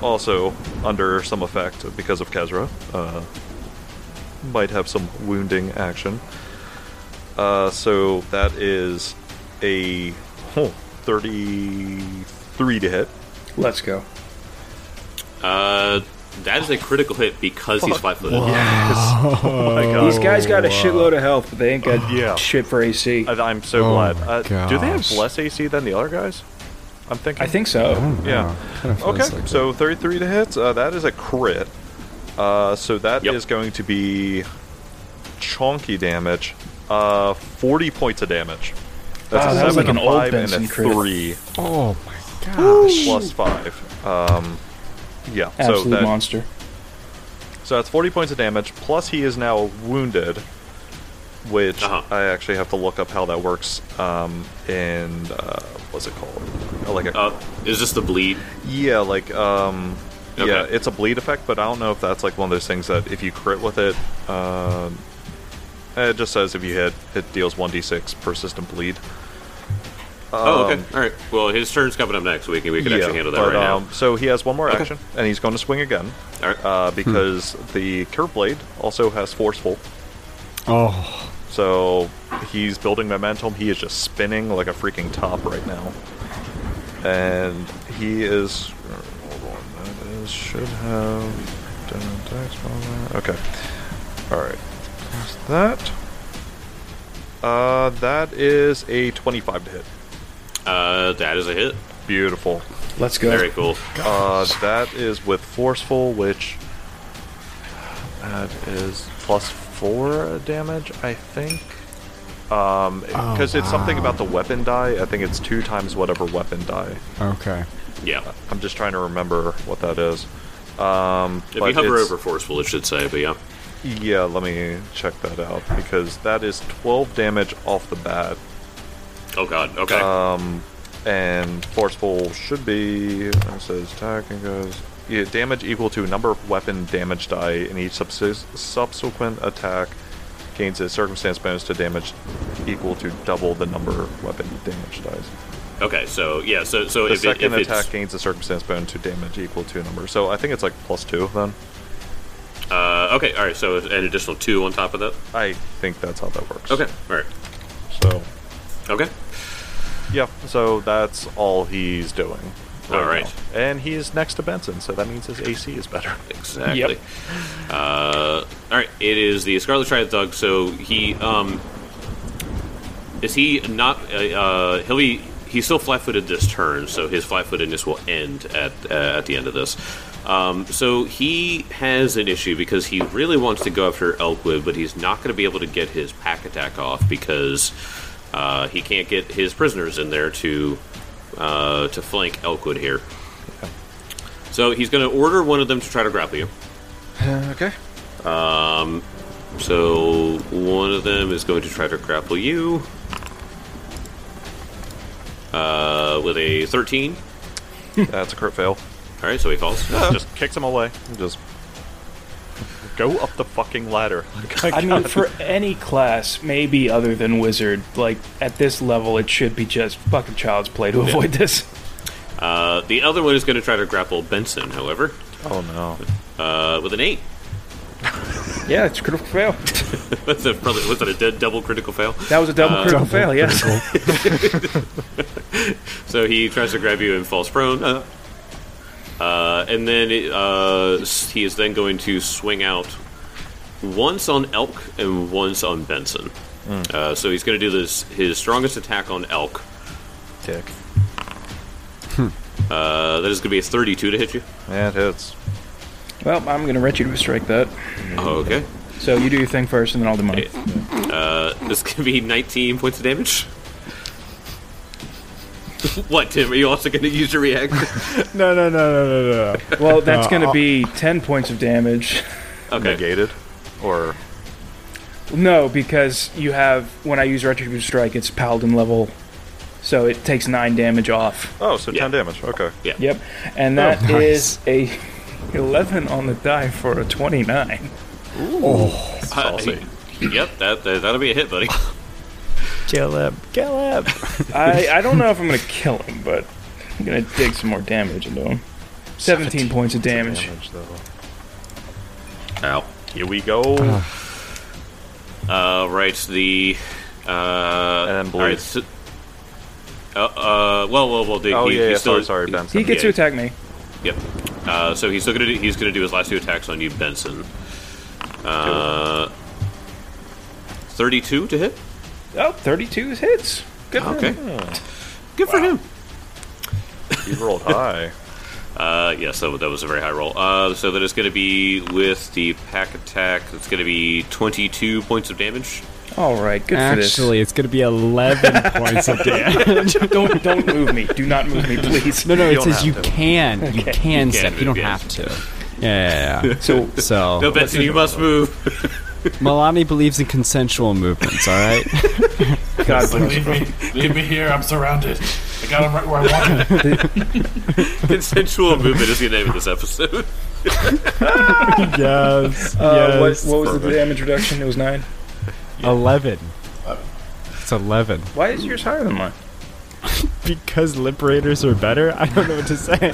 Speaker 3: also under some effect because of Kezra. Uh, might have some wounding action. Uh, so that is a oh, 33 to hit.
Speaker 4: Let's go.
Speaker 1: Uh, that is a critical hit because he's flat-footed.
Speaker 3: Oh my god.
Speaker 4: These guys got a shitload of health, but they ain't got
Speaker 3: Yeah.
Speaker 4: shit for AC. I
Speaker 3: I, am so
Speaker 5: Oh
Speaker 3: glad.
Speaker 5: my
Speaker 3: Uh, do they have
Speaker 5: gosh.
Speaker 3: less AC than the other guys? I'm thinking.
Speaker 4: think so.
Speaker 3: Yeah.
Speaker 5: Kinda feels
Speaker 3: Okay,
Speaker 5: like
Speaker 3: so 33 to hit. Uh, that is a crit. Uh, so that is
Speaker 1: Yep.
Speaker 3: going to be chonky damage. Uh, 40 points of damage. That's
Speaker 4: Wow,
Speaker 3: a
Speaker 4: that was
Speaker 3: 7,
Speaker 4: like an
Speaker 3: a
Speaker 4: old
Speaker 3: 5, and
Speaker 4: Benson
Speaker 3: a
Speaker 4: crit.
Speaker 3: 3
Speaker 5: Oh my gosh.
Speaker 3: plus 5. Um, yeah,
Speaker 4: Absolute
Speaker 3: so that,
Speaker 4: monster.
Speaker 3: So that's 40 points of damage, plus he is now wounded, which
Speaker 1: Uh-huh.
Speaker 3: I actually have to look up how that works um, in, uh, what's it called? Uh, Like a,
Speaker 1: Uh, is this the bleed?
Speaker 3: yeah, like, um,
Speaker 1: Okay.
Speaker 3: yeah, it's a bleed effect, but I don't know if that's like one of those things that if you crit with it, um, it just says if you hit, it deals 1d6 persistent bleed.
Speaker 1: oh, okay. All right. Well, his turn's coming up next week, and we can actually handle that
Speaker 3: but,
Speaker 1: right
Speaker 3: um, So he has one more action, and he's going to swing again,
Speaker 1: now. All right. Hmm.
Speaker 3: uh, because the curve blade also has forceful.
Speaker 5: Oh.
Speaker 3: So he's building momentum. He is just spinning like a freaking top right now. And he is. Hold on. That is, should have. done attacks, blah, blah. Okay. Alright. That's that. Uh, that is a 25 to hit.
Speaker 1: uh, that is a hit.
Speaker 3: Beautiful.
Speaker 4: Let's go.
Speaker 1: Very cool.
Speaker 3: Uh, that is with forceful, which. That is plus four damage, I think. Um, because it's something about the weapon die. I think it's two times whatever weapon die.
Speaker 5: Okay.
Speaker 1: Yeah.
Speaker 3: I'm just trying to remember what that is. Um,
Speaker 1: If
Speaker 3: but
Speaker 1: you hover
Speaker 3: it's-
Speaker 1: over forceful, it should say, but yeah.
Speaker 3: yeah, let me check that out because that is 12 damage off the bat. Uh,
Speaker 1: Oh god, okay.
Speaker 3: And forceful should be. It says attack and goes. Yeah, damage equal to number of weapon damage die in each subs- subsequent attack gains a circumstance bonus to damage equal to double the number of weapon damage dies.
Speaker 1: Okay, so yeah, so so
Speaker 3: The
Speaker 1: if, it,
Speaker 3: second
Speaker 1: if
Speaker 3: attack
Speaker 1: it's
Speaker 3: gains a circumstance bonus to damage equal to a number. So I think it's like plus two then.
Speaker 1: uh, okay, all right, so an additional two on top of that.
Speaker 3: I think that's how that works.
Speaker 1: Okay, all right,
Speaker 3: So
Speaker 1: okay,
Speaker 3: yeah, so that's all he's doing.
Speaker 1: All right.
Speaker 3: now. And he is next to Benson, so that means his AC is better.
Speaker 1: exactly. Uh, all right, it is the Scarlet Triad Thug. So he um, is he not? Uh, uh, he'll be he's still flat-footed this turn, so his flat-footedness will end at uh, at the end of this. Um, so he has an issue because he really wants to go after Elkwood, but he's not going to be able to get his pack attack off because uh, he can't get his prisoners in there to uh, to flank Elkwood here. So he's going to order one of them to try to grapple you. Um,
Speaker 3: okay.
Speaker 1: So one of them is going to try to grapple you uh, with a 13.
Speaker 3: That's a crit fail.
Speaker 1: All right, so he falls.
Speaker 3: Just kicks him away. Just go up the fucking ladder. Like,
Speaker 4: I mean, for any class, maybe other than wizard, like at this level, it should be just fucking child's play to avoid this.
Speaker 1: Uh, the other one is going to try to grapple Benson, however,
Speaker 3: oh no.
Speaker 1: uh, with an 8.
Speaker 4: Yeah, it's critical fail.
Speaker 1: That's a, probably, was that a dead double critical fail?
Speaker 4: That was a Uh, double critical fail. Yes.
Speaker 1: So he tries to grab you and falls prone. Uh, uh, and then uh, s- he is then going to swing out once on Elk and once on Benson. Uh, so he's going to do this his strongest attack on Elk.
Speaker 3: Tick.
Speaker 1: Uh, that is going to be a 32 to hit you.
Speaker 3: Yeah, it hits.
Speaker 4: Well, I'm gonna let you strike that.
Speaker 1: Oh, okay.
Speaker 4: So you do your thing first, and then I'll do mine.
Speaker 1: Uh, this could be 19 points of damage. what, Tim? Are you also going to use your reaction?
Speaker 7: No, no, no, no, no, no.
Speaker 4: Well, that's gonna
Speaker 7: I'll-
Speaker 4: be ten points of damage.
Speaker 1: Okay.
Speaker 3: Negated. Or
Speaker 4: No, because you have when I use retributive strike, it's paladin level, so it takes nine damage off.
Speaker 3: oh, so
Speaker 1: Yeah.
Speaker 3: ten damage. Okay.
Speaker 1: Yeah.
Speaker 4: Yep, and that
Speaker 5: nice.
Speaker 4: is a eleven on the die for a twenty-nine.
Speaker 1: Uh, yep, that, that, that'll be a hit, buddy.
Speaker 5: Kill him. Kill him.
Speaker 4: I I don't know if I'm gonna kill him, but I'm gonna dig some more damage into him. Seventeen, points of damage.
Speaker 3: Damage, though.
Speaker 1: Ow.
Speaker 3: Here we go.
Speaker 1: Uh, right, the. Uh,
Speaker 3: then bleed.
Speaker 1: all right, so- uh, uh, well, well, well. The,
Speaker 3: oh
Speaker 1: he,
Speaker 3: yeah, yeah
Speaker 1: he's still,
Speaker 3: sorry, sorry, Benson.
Speaker 4: He gets to
Speaker 1: yeah.
Speaker 4: attack me.
Speaker 1: Yep. Uh, so he's still gonna do, he's gonna do his last two attacks on you, Benson. Uh, Thirty-two to hit.
Speaker 4: Oh, 32 is hits. Good. for
Speaker 1: Okay.
Speaker 4: him.
Speaker 1: Good for him.
Speaker 3: He rolled high.
Speaker 1: Uh, yes, that, wa- that was a very high roll. Uh, so that is going to be with the pack attack. It's going to be twenty-two points of damage.
Speaker 4: All right. Good
Speaker 5: Actually, it's going to be 11 points of damage.
Speaker 4: for this. don't don't move me. Do not move me, please. Uh,
Speaker 5: No, no,
Speaker 3: You don't
Speaker 5: it says
Speaker 3: have
Speaker 5: you
Speaker 3: to.
Speaker 5: can, you can
Speaker 1: can
Speaker 5: step.
Speaker 1: move,
Speaker 5: You don't
Speaker 1: yes.
Speaker 5: have to. Yeah. yeah, yeah.
Speaker 4: So
Speaker 5: So
Speaker 3: Oh,
Speaker 1: No, Benson, you must move.
Speaker 5: Milani believes in consensual movements. All right.
Speaker 4: God bless.
Speaker 2: Leave me, leave me here. I'm surrounded. I got him right where I want him.
Speaker 1: Consensual movement is the name of this episode.
Speaker 5: yes.
Speaker 4: Uh, what, what was the damage reduction? It was nine.
Speaker 5: Eleven. It's eleven.
Speaker 4: Why is yours higher than mine?
Speaker 5: Because liberators are better. I don't know what to say.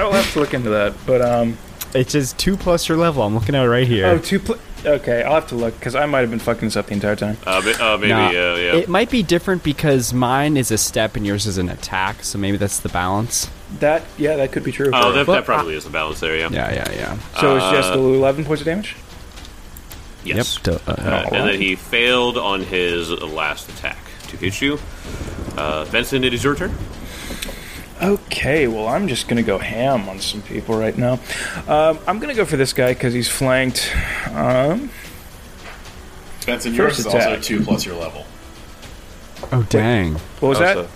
Speaker 4: I'll have to look into that. But um,
Speaker 5: It's just two plus your level. I'm looking at it right here.
Speaker 4: oh, two. Pl- okay, I'll have to look because I might have been fucking this up the entire time.
Speaker 1: Uh, ma- uh, maybe.
Speaker 5: Nah.
Speaker 1: Uh, yeah.
Speaker 5: It might be different because mine is a step and yours is an attack, so maybe that's the balance.
Speaker 4: That yeah, that could be true.
Speaker 1: oh, that,
Speaker 5: Well,
Speaker 1: that probably is the balance there. Yeah.
Speaker 5: uh, Yeah, yeah, yeah.
Speaker 4: so it's just eleven points of damage.
Speaker 1: Yes.
Speaker 5: Yep. duh,
Speaker 1: Uh,
Speaker 5: uh,
Speaker 1: and then he failed on his last attack to hit you. Uh, Benson, it is your turn.
Speaker 4: Okay, well I'm just gonna go ham on some people right now. Um, I'm gonna go for this guy because he's flanked. Um,
Speaker 2: Benson,
Speaker 4: First
Speaker 2: yours is also
Speaker 4: attack.
Speaker 2: two plus your level.
Speaker 5: oh, dang.
Speaker 4: what was
Speaker 3: Oh,
Speaker 4: that?
Speaker 3: so-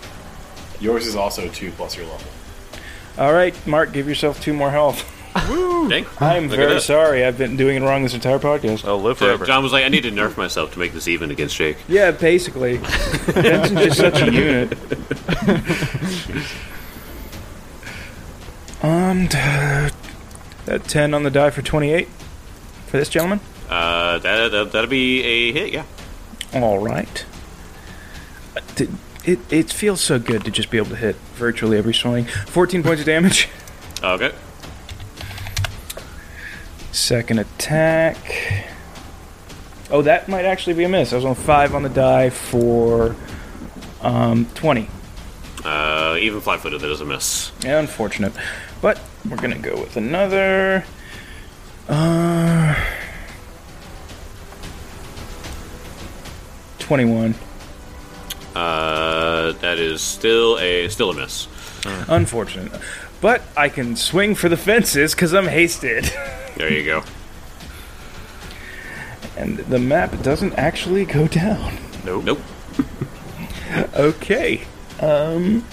Speaker 2: Yours is also two plus your level.
Speaker 4: All right, Mark, give yourself two more health.
Speaker 2: Hmm.
Speaker 1: Dang.
Speaker 4: I'm
Speaker 1: Look at
Speaker 4: very
Speaker 1: that.
Speaker 4: sorry. I've been doing it wrong this entire podcast.
Speaker 3: Oh, live
Speaker 1: So
Speaker 3: forever.
Speaker 1: John was like, I need to nerf myself to make this even against Jake.
Speaker 4: Yeah, basically. Benson's just such a unit. um, t- a 10 on the die for 28 for this gentleman.
Speaker 1: Uh, that, that, that'll be a hit, yeah.
Speaker 4: All right. It, it, it feels so good to just be able to hit virtually every swing. 14 points of damage.
Speaker 1: Okay.
Speaker 4: Second attack. Oh, that might actually be a miss. I was on 5 on the die for um, 20.
Speaker 1: Uh, even flat footed, that doesn't miss.
Speaker 4: Unfortunate. But we're going to go with another. Uh, 21.
Speaker 1: Uh, that is still a still a miss.
Speaker 4: Unfortunate. But I can swing for the fences because I'm hasted.
Speaker 1: There you go.
Speaker 4: And the map doesn't actually go down.
Speaker 1: Nope.
Speaker 4: Okay. Um.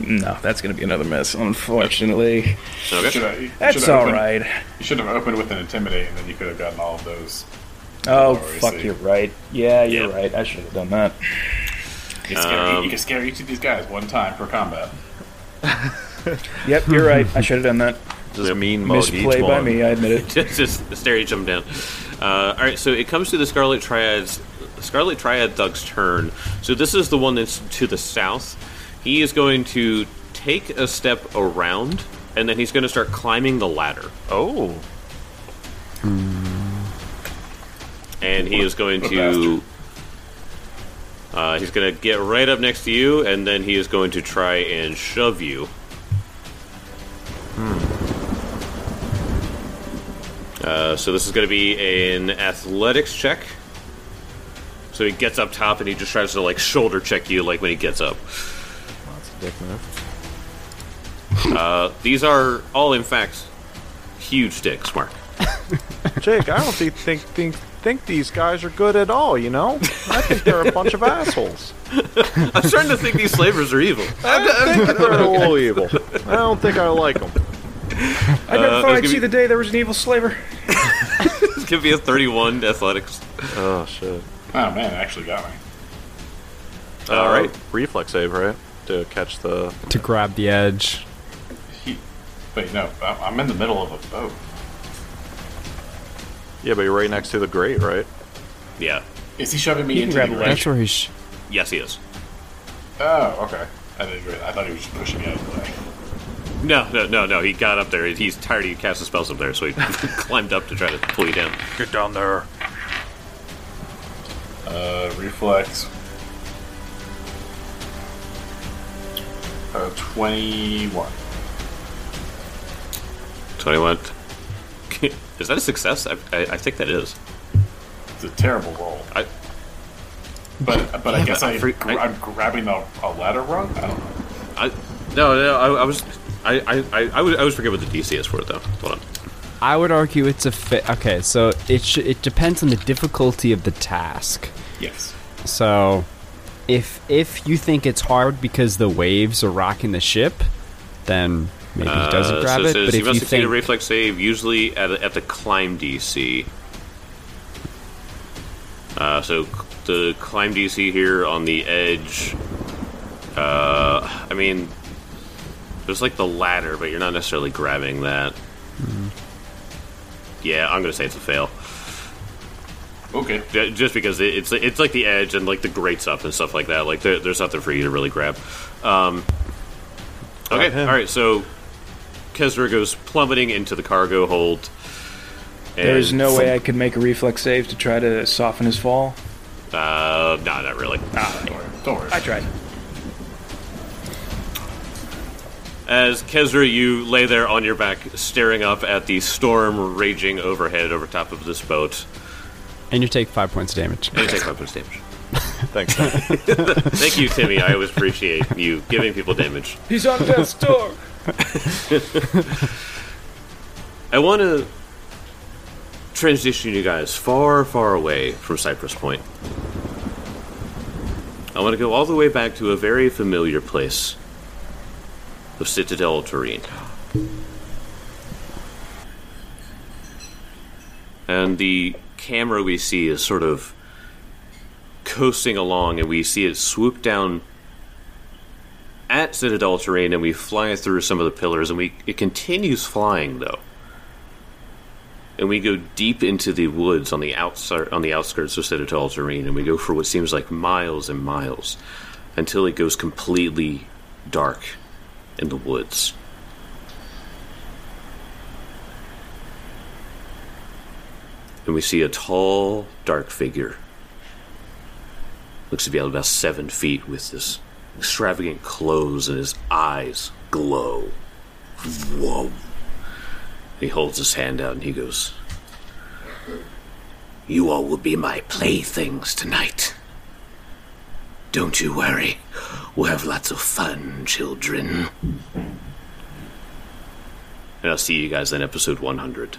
Speaker 4: No, that's going to be another mess, unfortunately.
Speaker 1: Okay.
Speaker 2: Should I, you should
Speaker 4: That's
Speaker 2: have
Speaker 4: all
Speaker 2: opened-
Speaker 4: right.
Speaker 2: You should have opened with an intimidate, and then you could have gotten all of those.
Speaker 4: Oh,
Speaker 2: I
Speaker 4: fuck,
Speaker 2: see.
Speaker 4: you're right. Yeah, you're
Speaker 1: Yep.
Speaker 4: right. I should have done that.
Speaker 2: You can, scare, you can scare each of these guys one time per combat.
Speaker 4: Yep, you're right. I should have done that.
Speaker 3: Just mean mug each
Speaker 4: Misplay by
Speaker 3: one.
Speaker 4: me, I admit it.
Speaker 1: just, just stare each of them down. Uh, all right, so it comes to the Scarlet Triad's Scarlet Triad Thug's turn. So this is the one that's to the south. He is going to take a step around, and then he's going to start climbing the ladder.
Speaker 3: Oh,
Speaker 1: And he is going
Speaker 2: What a
Speaker 1: to. Uh, he's going to get right up next to you, and then he is going to try and shove you. Hmm. Uh, so this is going to be an athletics check. So he gets up top and he just tries to like shoulder check you, like when he gets up.
Speaker 5: That's a dick move.
Speaker 1: Uh, these are all, in fact, huge dicks, Mark.
Speaker 3: Jake, I don't think think think think these guys are good at all. You know, I think they're a bunch of assholes.
Speaker 1: I'm starting to think these slavers are evil.
Speaker 3: I think they're a little evil. I don't think I like them.
Speaker 4: I never
Speaker 1: Uh,
Speaker 4: thought
Speaker 1: give
Speaker 4: I'd see
Speaker 1: me-
Speaker 4: the day there was an evil slaver.
Speaker 1: This could be a 31 athletics.
Speaker 3: Oh shit!
Speaker 2: Oh man, it actually got me.
Speaker 1: All uh, right.
Speaker 3: reflex save, right? To catch the
Speaker 5: To grab the edge.
Speaker 2: He, wait, no, I- I'm in the middle of a boat.
Speaker 3: yeah, but you're right next to the grate, right?
Speaker 1: Yeah.
Speaker 2: Is he shoving me
Speaker 4: You can
Speaker 2: into
Speaker 4: grab
Speaker 2: the
Speaker 4: the
Speaker 2: ledge?
Speaker 5: That's where he. Sh-
Speaker 1: Yes, he is.
Speaker 2: Oh, okay. I didn't. Really, I thought he was just pushing me out of the way.
Speaker 1: No, no, no, no. He got up there. He's tired of you casting spells up there, so he climbed up to try to pull you down.
Speaker 3: Get down there.
Speaker 2: Uh, reflex. Uh, 21.
Speaker 1: 21. Is that a success? I, I, I think that is.
Speaker 2: It's a terrible roll.
Speaker 1: I-
Speaker 2: but but I guess
Speaker 1: but
Speaker 2: I,
Speaker 1: for-
Speaker 2: gra-
Speaker 1: I-
Speaker 2: I'm grabbing the, a ladder rung? I don't know.
Speaker 1: I no, no. I, I was. I I, I, I, would, I always forget what the DC is for it though. Hold on.
Speaker 5: I would argue it's a fit. Okay, so it sh- it depends on the difficulty of the task.
Speaker 2: Yes.
Speaker 5: So, if if you think it's hard because the waves are rocking the ship, then maybe he doesn't
Speaker 1: Uh,
Speaker 5: grab
Speaker 1: so
Speaker 5: it.
Speaker 1: says
Speaker 5: But
Speaker 1: you
Speaker 5: if
Speaker 1: must
Speaker 5: you
Speaker 1: succeed
Speaker 5: think
Speaker 1: a reflex save, usually at, at the climb DC. Uh, so c- the climb DC here on the edge. Uh, I mean, there's like the ladder, but you're not necessarily grabbing that.
Speaker 5: Mm-hmm.
Speaker 1: Yeah, I'm gonna say it's a fail,
Speaker 2: Okay.
Speaker 1: Ju- just because it, it's it's like the edge and like the grates up and stuff like that. Like there, there's nothing for you to really grab. Um, okay, all
Speaker 3: him.
Speaker 1: right. So Kesra goes plummeting into the cargo hold. And
Speaker 4: There is no way I could make a reflex save to try to soften his fall.
Speaker 1: Uh, no, not really.
Speaker 2: Ah, Don't worry. Don't worry.
Speaker 4: I tried.
Speaker 1: As Kesra, you lay there on your back, staring up at the storm raging overhead over top of this boat.
Speaker 5: and you take five points of damage.
Speaker 1: And you take five points damage.
Speaker 3: Thanks.
Speaker 1: Thank you, Timmy. I always appreciate you giving people damage.
Speaker 4: He's on death's door.
Speaker 1: I want to transition you guys far, far away from Cypress Point. I want to go all the way back to a very familiar place. of Citadel Terrain. And the camera we see is sort of coasting along, and we see it swoop down at Citadel Terrain, and we fly through some of the pillars, and we it continues flying though, and we go deep into the woods on the outside on the outskirts of Citadel Terrain, and we go for what seems like miles and miles until it goes completely dark in the woods. And we see a tall, dark figure. Looks to be about seven feet with this extravagant clothes and his eyes glow. Whoa. He holds his hand out and he goes, You all will be my playthings tonight. Don't you worry. We'll have lots of fun, children. And I'll see you guys in episode 100.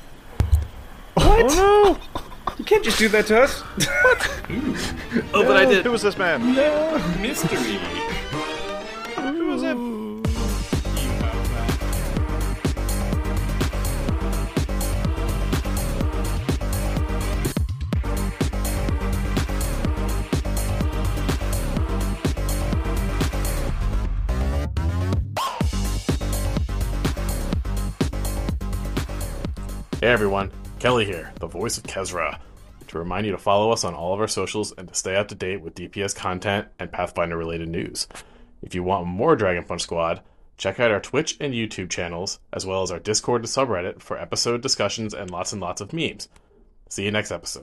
Speaker 4: What? You can't just do that to us.
Speaker 1: Oh, but I did.
Speaker 3: Who was this man?
Speaker 8: Mystery.
Speaker 3: Who was him?
Speaker 2: Hey everyone, Kelly here, the voice of Kezra, to remind you to follow us on all of our socials and to stay up to date with DPS content and Pathfinder related news. If you want more Dragon Punch Squad, check out our Twitch and YouTube channels, as well as our Discord and subreddit for episode discussions and lots and lots of memes. See you next episode.